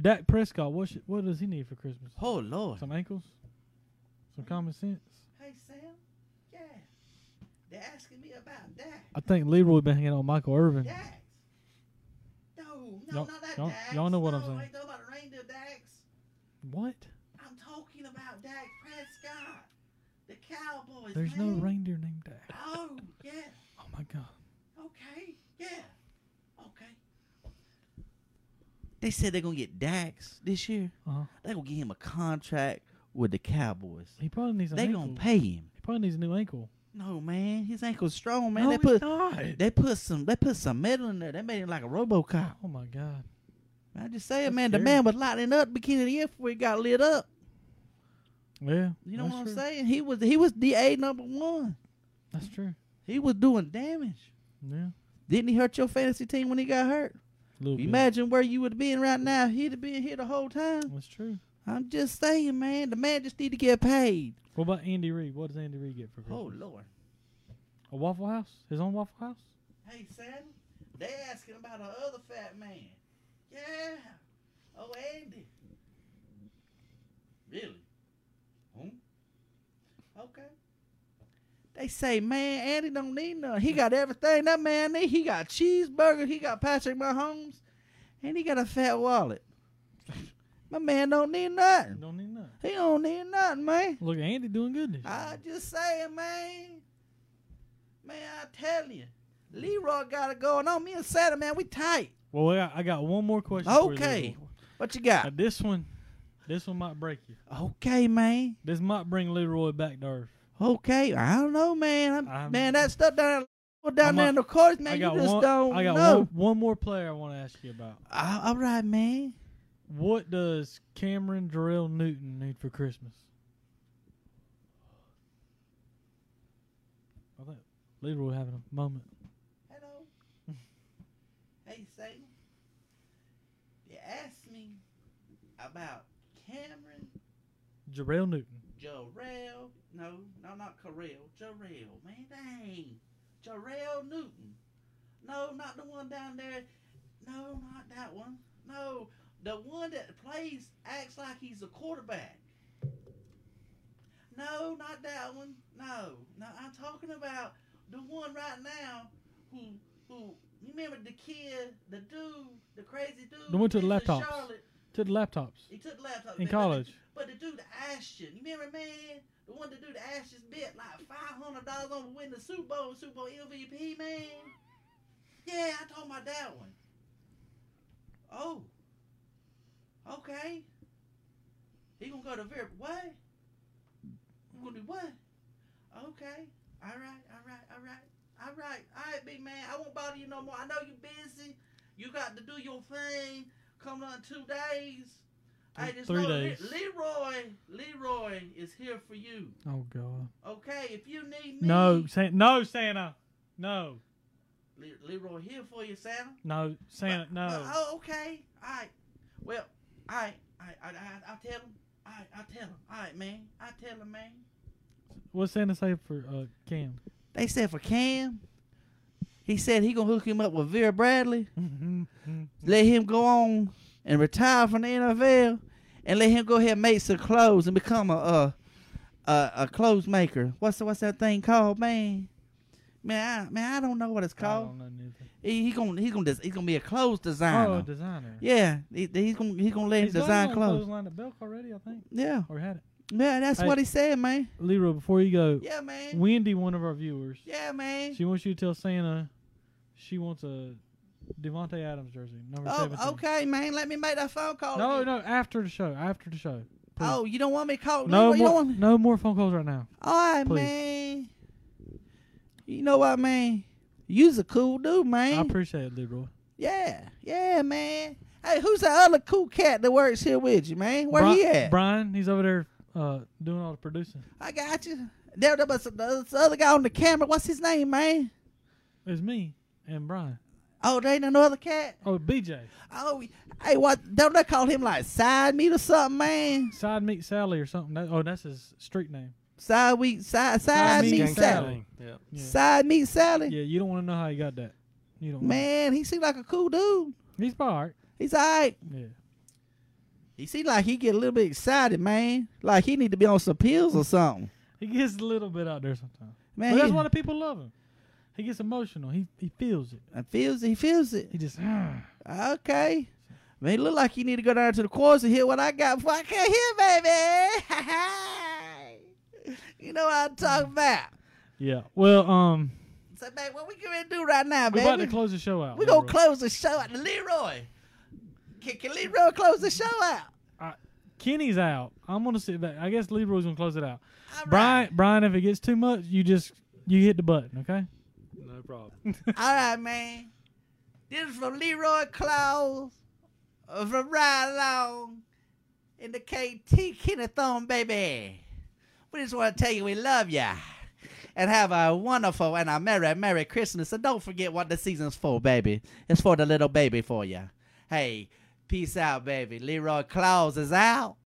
Speaker 2: Dak Prescott? What should, what does he need for Christmas?
Speaker 3: Oh, Lord.
Speaker 2: Some ankles, some common sense.
Speaker 3: Hey, Sam. Yeah. They're asking me about that.
Speaker 2: I think Leroy been hanging out with Michael Irvin.
Speaker 3: Dax. No, no,
Speaker 2: Mm-hmm. Y'all-
Speaker 3: not that
Speaker 2: y'all-
Speaker 3: Dax.
Speaker 2: y'all know what I'm
Speaker 3: No,
Speaker 2: saying.
Speaker 3: I ain't talking about the reindeer Dax.
Speaker 2: What?
Speaker 3: I'm talking about Dak Prescott, the Cowboys.
Speaker 2: There's no
Speaker 3: man.
Speaker 2: reindeer named Dax.
Speaker 3: Oh yeah.
Speaker 2: Oh my god.
Speaker 3: Okay. Yeah. Okay. They said they're gonna get Dax this year.
Speaker 2: Uh-huh.
Speaker 3: They're gonna give him a contract with the Cowboys.
Speaker 2: He probably needs an
Speaker 3: They
Speaker 2: ankle.
Speaker 3: gonna pay him.
Speaker 2: He probably needs a new ankle.
Speaker 3: No man, his ankle's strong, man.
Speaker 2: no,
Speaker 3: they
Speaker 2: it's
Speaker 3: put
Speaker 2: not.
Speaker 3: they put some they put some metal in there. They made him like a RoboCop.
Speaker 2: Oh my god.
Speaker 3: I just say,
Speaker 2: That's
Speaker 3: man, the
Speaker 2: scary.
Speaker 3: man was lighting up beginning of the year before he got lit up.
Speaker 2: Yeah.
Speaker 3: You know
Speaker 2: that's
Speaker 3: what I'm
Speaker 2: true.
Speaker 3: saying? He was he was DA number one.
Speaker 2: That's true.
Speaker 3: He was doing damage.
Speaker 2: Yeah.
Speaker 3: Didn't he hurt your fantasy team when he got hurt?
Speaker 2: Little bit.
Speaker 3: Imagine where you would have been right now. if He'd have been here the whole time.
Speaker 2: That's true.
Speaker 3: I'm just saying, man. The man just need to get paid.
Speaker 2: What about Andy Reid? What does Andy Reid get for
Speaker 3: Oh
Speaker 2: Christmas?
Speaker 3: Lord.
Speaker 2: A Waffle House? His own Waffle House?
Speaker 3: Hey Sam, they asking about our other fat man. Yeah. Oh Andy. Really? Hmm? Okay. They say, man, Andy don't need none. He got everything that man need. He got cheeseburger. He got Patrick Mahomes, and he got a fat wallet. <laughs> My man don't need nothing.
Speaker 2: Don't need that.
Speaker 3: He don't need nothing, man.
Speaker 2: Look, Andy doing good this year.
Speaker 3: I just saying, man. Man, I tell you, Leroy got it going on. Me and Santa, man, we tight.
Speaker 2: Well, I I got one more question. for you,
Speaker 3: Okay.
Speaker 2: Leroy.
Speaker 3: What you
Speaker 2: Now,
Speaker 3: got?
Speaker 2: this one, this one might break you.
Speaker 3: Okay, man.
Speaker 2: This might bring Leroy back to earth.
Speaker 3: Okay, I don't know, man. I'm-
Speaker 2: I'm-
Speaker 3: man, that stuff down down
Speaker 2: I'm
Speaker 3: there
Speaker 2: a-
Speaker 3: in the course, man.
Speaker 2: I got
Speaker 3: you just
Speaker 2: one.
Speaker 3: don't
Speaker 2: I got
Speaker 3: know.
Speaker 2: one, one more player I want to ask you about.
Speaker 3: I- all right, man.
Speaker 2: What does Cameron Darrell Newton need for Christmas? I think Leroy having a moment.
Speaker 3: Hello. hey, Satan. You asked me about Cameron
Speaker 2: Jarrell Newton.
Speaker 3: Jarrell. No, no, not Carell. Jarrell, man, dang. Jarrell Newton. No, not the one down there. No, not that one. No, the one that plays acts like he's a quarterback. No, not that one. No, no, I'm talking about the one right now who who. You remember the kid, the dude, the crazy dude.
Speaker 2: The one to the
Speaker 3: who lives in
Speaker 2: laptops.
Speaker 3: Charlotte?
Speaker 2: To the laptops
Speaker 3: He took the laptop
Speaker 2: in
Speaker 3: man, but the-
Speaker 2: college.
Speaker 3: but the dude Ashton, you remember man? The one that dude Ashton bet like five hundred dollars on to win the Super Bowl, Super Bowl MVP, man. Yeah, I told my dad one. Oh. Okay. He gonna go to Ver what? You gonna do what? Okay. All right, all right, all right. All right, all right, big man. I won't bother you no more. I know you busy. You got to do your thing. Come on, two days. I just
Speaker 2: Three
Speaker 3: know Le-
Speaker 2: days.
Speaker 3: Leroy, Leroy is here for you.
Speaker 2: Oh God.
Speaker 3: Okay, if you need me.
Speaker 2: No, Santa. No, Santa. No,
Speaker 3: Le- Leroy here for you, Santa.
Speaker 2: no, Santa.
Speaker 3: But- but-
Speaker 2: No.
Speaker 3: oh, okay. All right. Well, all right. All right. I, I, I tell him. All right. I tell him. All right, man. I tell him, man.
Speaker 2: What's Santa say for uh,
Speaker 3: <laughs>
Speaker 2: Cam?
Speaker 3: They said for Cam, he said he gonna hook him up with Vera Bradley, let him go on and retire from the NFL, and let him go ahead and make some clothes and become a uh, a, a clothes maker. What's what's that thing called, man? Man, I, man, I don't know what it's
Speaker 2: I
Speaker 3: called.
Speaker 2: don't know nothing.
Speaker 3: He, he gonna he's gonna des- he's gonna be a clothes
Speaker 2: Oh,
Speaker 3: designer.
Speaker 2: a designer.
Speaker 3: yeah, he, he's gonna he's gonna let him
Speaker 2: He's got it
Speaker 3: design
Speaker 2: on
Speaker 3: clothes.
Speaker 2: Line at Belk already, I think,
Speaker 3: Yeah,
Speaker 2: or had it.
Speaker 3: yeah, that's
Speaker 2: Hey.
Speaker 3: what he said, man.
Speaker 2: Leroy, before you go,
Speaker 3: Yeah, man.
Speaker 2: Wendy, one of our viewers,
Speaker 3: yeah, man.
Speaker 2: she wants you to tell Santa she wants a Devonte Adams jersey, number
Speaker 3: Oh,
Speaker 2: 17.
Speaker 3: okay, man. Let me make that phone call.
Speaker 2: No,
Speaker 3: again.
Speaker 2: no, after the show, after the show. Please.
Speaker 3: Oh, you don't want me to call?
Speaker 2: no
Speaker 3: you
Speaker 2: more,
Speaker 3: Don't want me?
Speaker 2: no more phone calls right now.
Speaker 3: All right,
Speaker 2: Please.
Speaker 3: man. Oh, You know what, man? You's a cool dude,
Speaker 2: I
Speaker 3: man.
Speaker 2: appreciate it, Leroy.
Speaker 3: yeah, yeah, man. Hey, who's that other cool cat that works here with you, man? Where he
Speaker 2: Bri-
Speaker 3: at?
Speaker 2: Brian, he's over there uh, doing all the producing.
Speaker 3: I got you. There, there was the other guy on the camera. What's his name, man?
Speaker 2: It's me and Brian.
Speaker 3: Oh, there ain't another cat.
Speaker 2: Oh, BJ.
Speaker 3: Oh, hey, what? Don't they call him like side meat or something, man?
Speaker 2: Side Meat Sally or something. That, oh, that's his street name.
Speaker 3: Side we side side
Speaker 2: meat
Speaker 3: meat
Speaker 2: gang
Speaker 3: salad.
Speaker 4: Yeah.
Speaker 2: Yeah.
Speaker 3: Side meat salad.
Speaker 2: Yeah, you don't want to know how he got that. You don't. wanna-
Speaker 3: Man, he seemed like a cool dude.
Speaker 2: He's all right.
Speaker 3: He's all right.
Speaker 2: Yeah.
Speaker 3: He seemed like he get a little bit excited, man. Like he need to be on some pills or something.
Speaker 2: He gets a little bit out there sometimes.
Speaker 3: Man,
Speaker 2: But that's
Speaker 3: he-
Speaker 2: why the people love him. He gets emotional. He he feels it.
Speaker 3: I feels it. He feels it.
Speaker 2: He just "Ah."
Speaker 3: Okay. Man, it look like you need to go down to the quarters and hear what I got before I can hear, baby. <laughs> you know what I'm talking about.
Speaker 2: yeah. Well, um,
Speaker 3: So, man, what we gonna do right now,
Speaker 2: we're about to
Speaker 3: baby?
Speaker 2: close the show out.
Speaker 3: we gonna
Speaker 2: Leroy.
Speaker 3: close the show out to Leroy. Can, can Leroy close the show out?
Speaker 2: Kenny's out. I'm gonna sit back. I guess Leroy's gonna close it out.
Speaker 3: All
Speaker 2: Brian, Brian, if it gets too much, you just you hit the button. Okay.
Speaker 4: No problem.
Speaker 3: All right, man. This is from Leroy Claus, uh, from Ride Long, and the KT Kennethon, baby. We just want to tell you we love ya. And have a wonderful and a merry, merry Christmas. And don't forget what the season's for, baby. It's for the little baby for ya. Hey, peace out, baby. Leroy Claus is out.